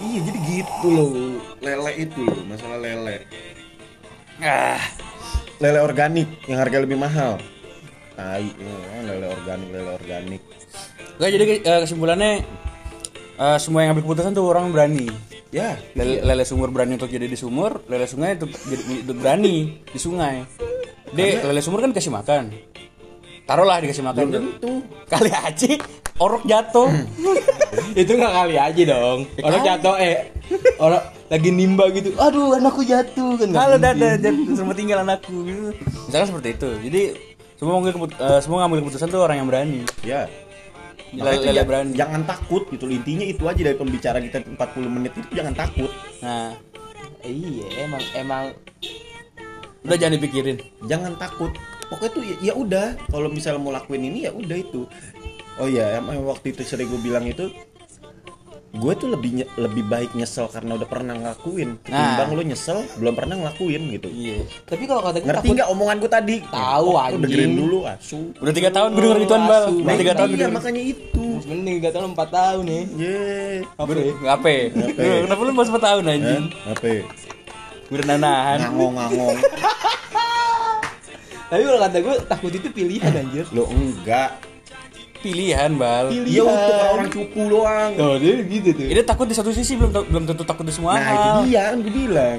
[SPEAKER 2] Iya jadi gitu loh Lele itu loh masalah lele
[SPEAKER 1] ah
[SPEAKER 2] Lele organik yang harga lebih mahal Tai eh, lele organik lele organik
[SPEAKER 1] Nggak, jadi eh, kesimpulannya eh, semua yang ambil keputusan tuh orang berani
[SPEAKER 2] Ya
[SPEAKER 3] Iya.
[SPEAKER 1] Lele, lele sumur berani untuk jadi di sumur, lele sungai untuk jadi untuk berani di sungai. Dek, lele sumur kan dikasih makan. Taruhlah dikasih makan.
[SPEAKER 2] belum tentu
[SPEAKER 1] Kali aja orok jatuh.
[SPEAKER 3] Hmm. *laughs*
[SPEAKER 1] Ya kan?
[SPEAKER 3] itu nggak kali aja dong orang
[SPEAKER 1] kali.
[SPEAKER 3] jatuh eh orang lagi nimba gitu aduh anakku jatuh kan nggak
[SPEAKER 1] Halo
[SPEAKER 3] mungkin.
[SPEAKER 1] dada, jatuh semua tinggal anakku gitu. Misalkan seperti itu. Jadi semua ngambil keput- eh, semua ngambil keputusan tuh orang yang berani.
[SPEAKER 2] Ya
[SPEAKER 1] Lele,
[SPEAKER 2] Makanya
[SPEAKER 1] lele
[SPEAKER 2] ja-
[SPEAKER 1] berani.
[SPEAKER 3] Ya.
[SPEAKER 2] Jangan takut gitu loh. Intinya itu aja dari pembicara kita 40 menit itu jangan takut
[SPEAKER 1] Nah,
[SPEAKER 3] iya emang emang
[SPEAKER 1] udah jangan dipikirin.
[SPEAKER 2] Jangan takut Pokoknya tuh ya- ya udah Kalau misalnya mau lakuin ini ya udah itu Oh iya em- em, waktu itu sering gue bilang itu gue tuh lebih nye- lebih baik nyesel karena udah pernah ngelakuin ketimbang lu nyesel belum pernah ngelakuin gitu
[SPEAKER 1] Nah. Iya.
[SPEAKER 3] tapi kalau kata gue
[SPEAKER 2] ngerti
[SPEAKER 3] takut
[SPEAKER 2] nggak omongan gue tadi
[SPEAKER 3] Tahu,
[SPEAKER 2] Oh, lu
[SPEAKER 3] anjing.
[SPEAKER 2] dengerin dulu asu
[SPEAKER 1] Udah tiga tahun gue denger gituan bal.
[SPEAKER 3] Asu.
[SPEAKER 1] Udah tiga tahun gue
[SPEAKER 2] iya
[SPEAKER 1] denger.
[SPEAKER 2] makanya itu
[SPEAKER 3] mending gak tau 4 tahun ya. nih
[SPEAKER 2] ye
[SPEAKER 1] Apa ya? Ngape?
[SPEAKER 2] Ngape?
[SPEAKER 1] Lu, Kenapa lu pas 4 tahun anjing?
[SPEAKER 2] apa ya?
[SPEAKER 1] Gue udah nahan.
[SPEAKER 2] ngangong ngangong
[SPEAKER 3] tapi kalau kata gue takut itu pilihan anjir
[SPEAKER 2] lo enggak
[SPEAKER 1] Pilihan bal.
[SPEAKER 2] iya untuk orang cupu doang
[SPEAKER 3] oh dia gitu tuh
[SPEAKER 1] Ini takut di satu sisi belum belum tentu takut di semua
[SPEAKER 2] nah itu
[SPEAKER 1] hal.
[SPEAKER 2] dia kan gue bilang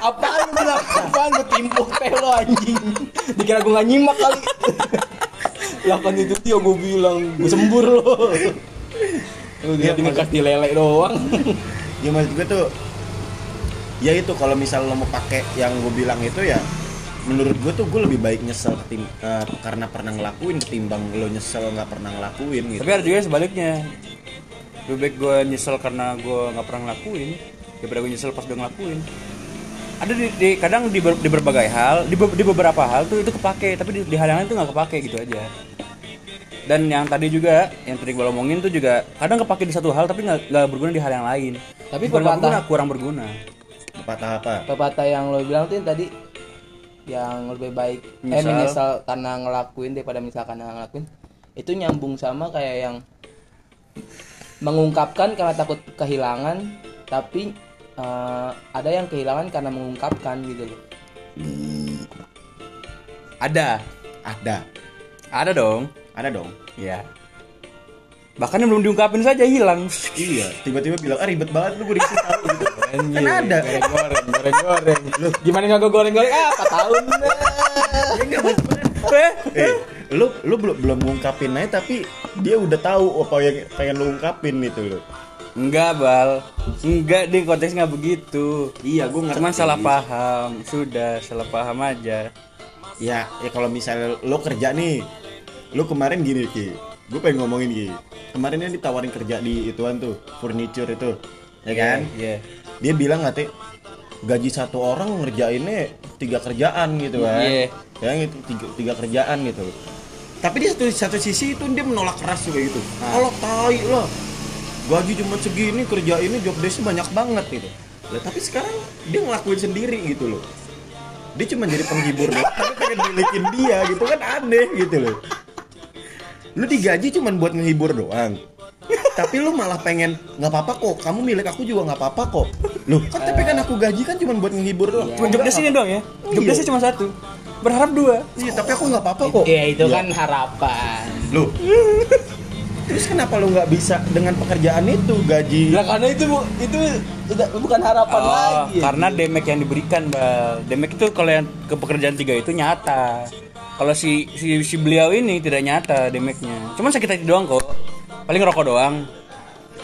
[SPEAKER 3] apaan lu bilang apaan lu timpuk pelo anjing dikira gue gak nyimak kali lah kan itu dia gue bilang gue sembur lo lu dia ngekas di lele doang
[SPEAKER 2] ya maksud gue tuh ya itu kalau misal lo mau pakai yang gue bilang itu ya menurut gue tuh gue lebih baik nyesel ketim- eh, karena pernah ngelakuin ketimbang lo nyesel nggak pernah ngelakuin gitu
[SPEAKER 1] Tapi ada juga sebaliknya. Lebih baik gue nyesel karena gue nggak pernah ngelakuin daripada gue nyesel pas gue ngelakuin. Ada di, di- kadang di, ber- di berbagai hal, di, be- di beberapa hal tuh itu kepake, tapi di, di hal yang lain tuh nggak kepake gitu aja. Dan yang tadi juga, yang tadi gue omongin tuh juga kadang kepake di satu hal tapi nggak nggak berguna di hal yang lain.
[SPEAKER 3] Tapi
[SPEAKER 1] Bukan nggak
[SPEAKER 3] pepatah-
[SPEAKER 1] berguna, kurang berguna.
[SPEAKER 2] patah apa
[SPEAKER 3] pepatah yang lo bilang tuh yang tadi yang lebih baik eh
[SPEAKER 1] Menyesal.
[SPEAKER 3] menyesal karena ngelakuin daripada menyesal karena ngelakuin itu nyambung sama kayak yang mengungkapkan karena takut kehilangan tapi eh, ada yang kehilangan karena mengungkapkan gitu loh
[SPEAKER 1] Ada,
[SPEAKER 2] ada
[SPEAKER 1] ada dong.
[SPEAKER 2] ada dong
[SPEAKER 1] Ya. Bahkan yang belum diungkapin saja hilang.
[SPEAKER 2] iya tiba-tiba bilang ah ribet banget lu gue dikasih tahu gitu kan ada
[SPEAKER 4] goreng goreng goreng
[SPEAKER 3] gimana nggak gue goreng-goreng ah 4 tahun
[SPEAKER 2] Ya nggak, maksud gue-
[SPEAKER 1] Eh,
[SPEAKER 2] eh lu lu belum belum ngungkapin aja tapi dia udah tahu oh, apa yang pengen lu ungkapin gitu lo
[SPEAKER 1] Enggak, Bal. Enggak, di konteks nggak begitu.
[SPEAKER 2] Iya, gua ngerti.
[SPEAKER 1] Cuman salah paham. Sudah, salah paham aja.
[SPEAKER 2] ya ya kalau misalnya lo kerja nih lo kemarin gini ki gue pengen ngomongin ki kemarin dia ditawarin kerja di ituan tuh furniture itu ya kan
[SPEAKER 1] Iya.
[SPEAKER 2] dia bilang nggak gaji satu orang ngerjainnya tiga kerjaan gitu kan
[SPEAKER 1] Iya.
[SPEAKER 2] ya itu tiga, tiga kerjaan gitu tapi di satu satu sisi itu dia menolak keras juga gitu
[SPEAKER 1] Ah.
[SPEAKER 2] kalau tai lo gaji cuma segini kerja ini job desk banyak banget gitu Lah, tapi sekarang dia ngelakuin sendiri gitu loh dia cuma jadi penghibur doang tapi pengen milikin dia gitu kan aneh gitu loh lu digaji cuma buat ngehibur doang tapi lu malah pengen nggak apa-apa kok kamu milik aku juga nggak apa-apa kok lu kan tapi kan aku gaji kan cuma buat ngehibur doang
[SPEAKER 3] Iya.
[SPEAKER 1] Cuma jobnya sini doang ya. Jobnya sih cuma satu. Berharap dua.
[SPEAKER 2] Iya, tapi aku nggak apa-apa kok.
[SPEAKER 3] ya itu
[SPEAKER 2] Iya.
[SPEAKER 3] kan harapan
[SPEAKER 2] Lu. Terus kenapa lu nggak bisa dengan pekerjaan itu gaji?
[SPEAKER 3] lah karena itu bu- itu udah- bukan harapan
[SPEAKER 1] Oh,
[SPEAKER 3] lagi
[SPEAKER 1] karena damage yang diberikan, Bal. Damage itu kalau yang ke pekerjaan tiga itu nyata. Kalau si, si si beliau ini tidak nyata damage-nya. Cuman sakit hati doang kok. Paling rokok doang.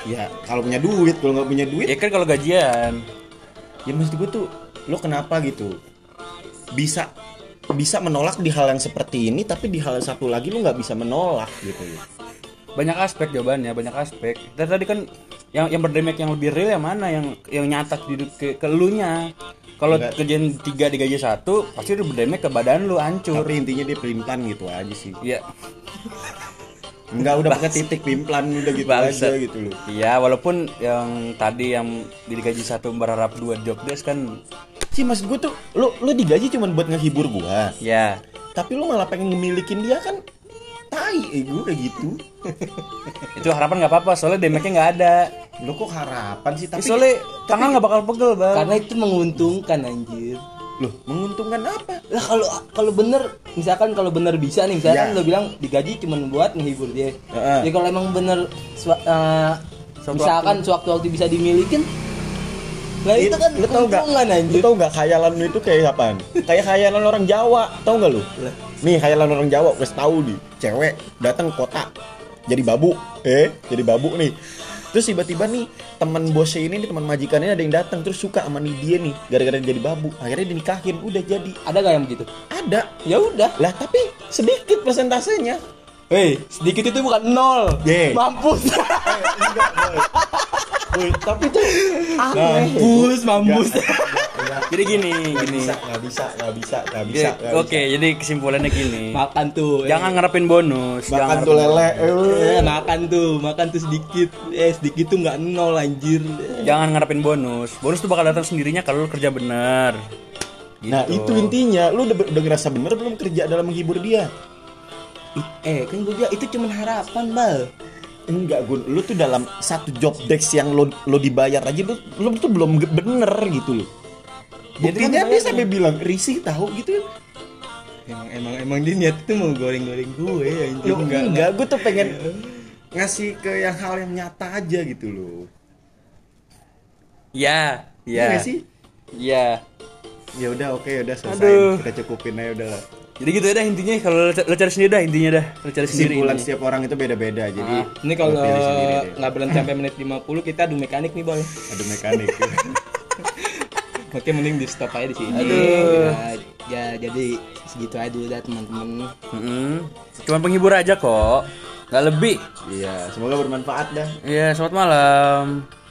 [SPEAKER 2] Ya, kalau punya duit, kalau nggak punya duit,
[SPEAKER 1] Ya kan kalau gajian.
[SPEAKER 2] ya maksud gue tuh lu kenapa gitu? Bisa bisa menolak di hal yang seperti ini, tapi di hal yang satu lagi lu nggak bisa menolak gitu. ya.
[SPEAKER 1] banyak aspek jawabannya banyak aspek Tadi tadi kan yang yang berdamage yang lebih real yang mana yang yang nyata di ke, ke elunya. kalau
[SPEAKER 2] Enggak.
[SPEAKER 1] kerjaan tiga digaji satu pasti udah berdamage ke badan lu hancur
[SPEAKER 2] Tapi intinya dia pelimpan gitu aja sih.
[SPEAKER 1] ya
[SPEAKER 2] Nggak udah pakai titik pelimpan udah gitu
[SPEAKER 1] Bangsat.
[SPEAKER 2] aja gitu loh.
[SPEAKER 1] iya walaupun yang tadi yang digaji satu berharap dua job desk kan
[SPEAKER 2] Sih maksud gue tuh lu lu digaji cuma buat ngehibur gua.
[SPEAKER 1] ya
[SPEAKER 2] Tapi lu malah pengen ngemilikin dia kan tai ego kayak gitu. *laughs*
[SPEAKER 1] itu harapan nggak apa-apa soalnya damage-nya nggak ada
[SPEAKER 2] Lu kok harapan sih tapi
[SPEAKER 1] soalnya tangan nggak bakal pegel bang
[SPEAKER 3] karena itu menguntungkan anjir
[SPEAKER 2] loh menguntungkan apa?
[SPEAKER 3] lah kalau kalau bener misalkan kalau bener bisa nih misalkan
[SPEAKER 2] Iya.
[SPEAKER 3] lo bilang digaji cuman buat menghibur dia
[SPEAKER 2] Heeh.
[SPEAKER 3] jadi kalau emang bener sua- eh, misalkan sewaktu-waktu bisa dimilikin nah itu kan
[SPEAKER 2] lu tau gak?
[SPEAKER 3] keuntungan
[SPEAKER 2] Lu
[SPEAKER 3] anjir
[SPEAKER 2] tau gak khayalan lu itu kayak apaan? kayak khayalan orang Jawa, tau gak lu? Nih khayalan orang Jawa, wes tau di cewek datang ke kota jadi babu, eh jadi babu nih. Terus tiba-tiba nih teman bosnya ini, nih, teman majikannya ada yang datang terus suka sama nih dia nih, gara-gara dia jadi babu. Akhirnya dinikahin, udah jadi.
[SPEAKER 3] ada gak yang begitu
[SPEAKER 2] Ada.
[SPEAKER 3] ya udah
[SPEAKER 2] Lah tapi sedikit persentasenya.
[SPEAKER 3] hei sedikit itu bukan nol
[SPEAKER 2] Ye.
[SPEAKER 3] mampus
[SPEAKER 2] Woi, tapi tuh
[SPEAKER 3] *laughs* mampus mampus
[SPEAKER 1] Jadi gini, gini.
[SPEAKER 2] Nah, Nggak bisa, nggak bisa, nggak bisa, nggak bisa.
[SPEAKER 1] Jadi-
[SPEAKER 2] nggak
[SPEAKER 1] Oke, jadi kesimpulannya gini.
[SPEAKER 3] makan tuh
[SPEAKER 1] Jangan ngarepin bonus,
[SPEAKER 2] bisa. Makan
[SPEAKER 1] jangan
[SPEAKER 2] tuh lele.
[SPEAKER 3] eh,
[SPEAKER 2] eh.
[SPEAKER 3] makan tuh makan tuh sedikit eh sedikit tuh nggak nol anjir
[SPEAKER 1] jangan ngarepin bonus. Bonus tuh bakal datang sendirinya kalau lu kerja bener.
[SPEAKER 3] Gitu.
[SPEAKER 2] Nah itu intinya, lu udah, udah ngerasa bener belum kerja dalam menghibur dia?
[SPEAKER 3] eh kan gue bilang itu cuman harapan bal
[SPEAKER 2] Enggak Gun, lu tuh dalam satu job desk yang lo, lo dibayar aja lu, lu tuh belum ge- bener gitu loh Buktinya dia sampai bilang risih tahu gitu
[SPEAKER 3] emang emang emang dia niat itu mau ya, goreng goreng gue anjir
[SPEAKER 2] Lu enggak, enggak gue tuh pengen
[SPEAKER 3] Iya.
[SPEAKER 2] ngasih ke yang hal yang nyata aja gitu loh
[SPEAKER 1] Ya,
[SPEAKER 2] Iya
[SPEAKER 1] ya.
[SPEAKER 2] nggak sih?
[SPEAKER 1] Ya.
[SPEAKER 2] Ya udah oke udah
[SPEAKER 1] Aduh.
[SPEAKER 2] selesai kita cukupin aja udah lah.
[SPEAKER 1] Jadi gitu ya dah intinya kalau lu- lu cari sendiri dah intinya dah. Lu cari sendiri.
[SPEAKER 2] Kesimpulan
[SPEAKER 1] intinya.
[SPEAKER 2] setiap orang itu beda-beda jadi
[SPEAKER 3] ini kalau
[SPEAKER 2] lu pilih sendiri deh.
[SPEAKER 3] nggak berhenti sampai menit 50 kita adu mekanik nih bal
[SPEAKER 2] Aduh mekanik *laughs*
[SPEAKER 3] Oke mending di stop aja di sini.
[SPEAKER 1] Aduh.
[SPEAKER 3] Ya, ya, jadi segitu aja dulu dah teman-teman.
[SPEAKER 1] Mm-mm. Cuman penghibur aja kok. Gak lebih.
[SPEAKER 2] Iya semoga bermanfaat dah
[SPEAKER 1] Iya, selamat malam.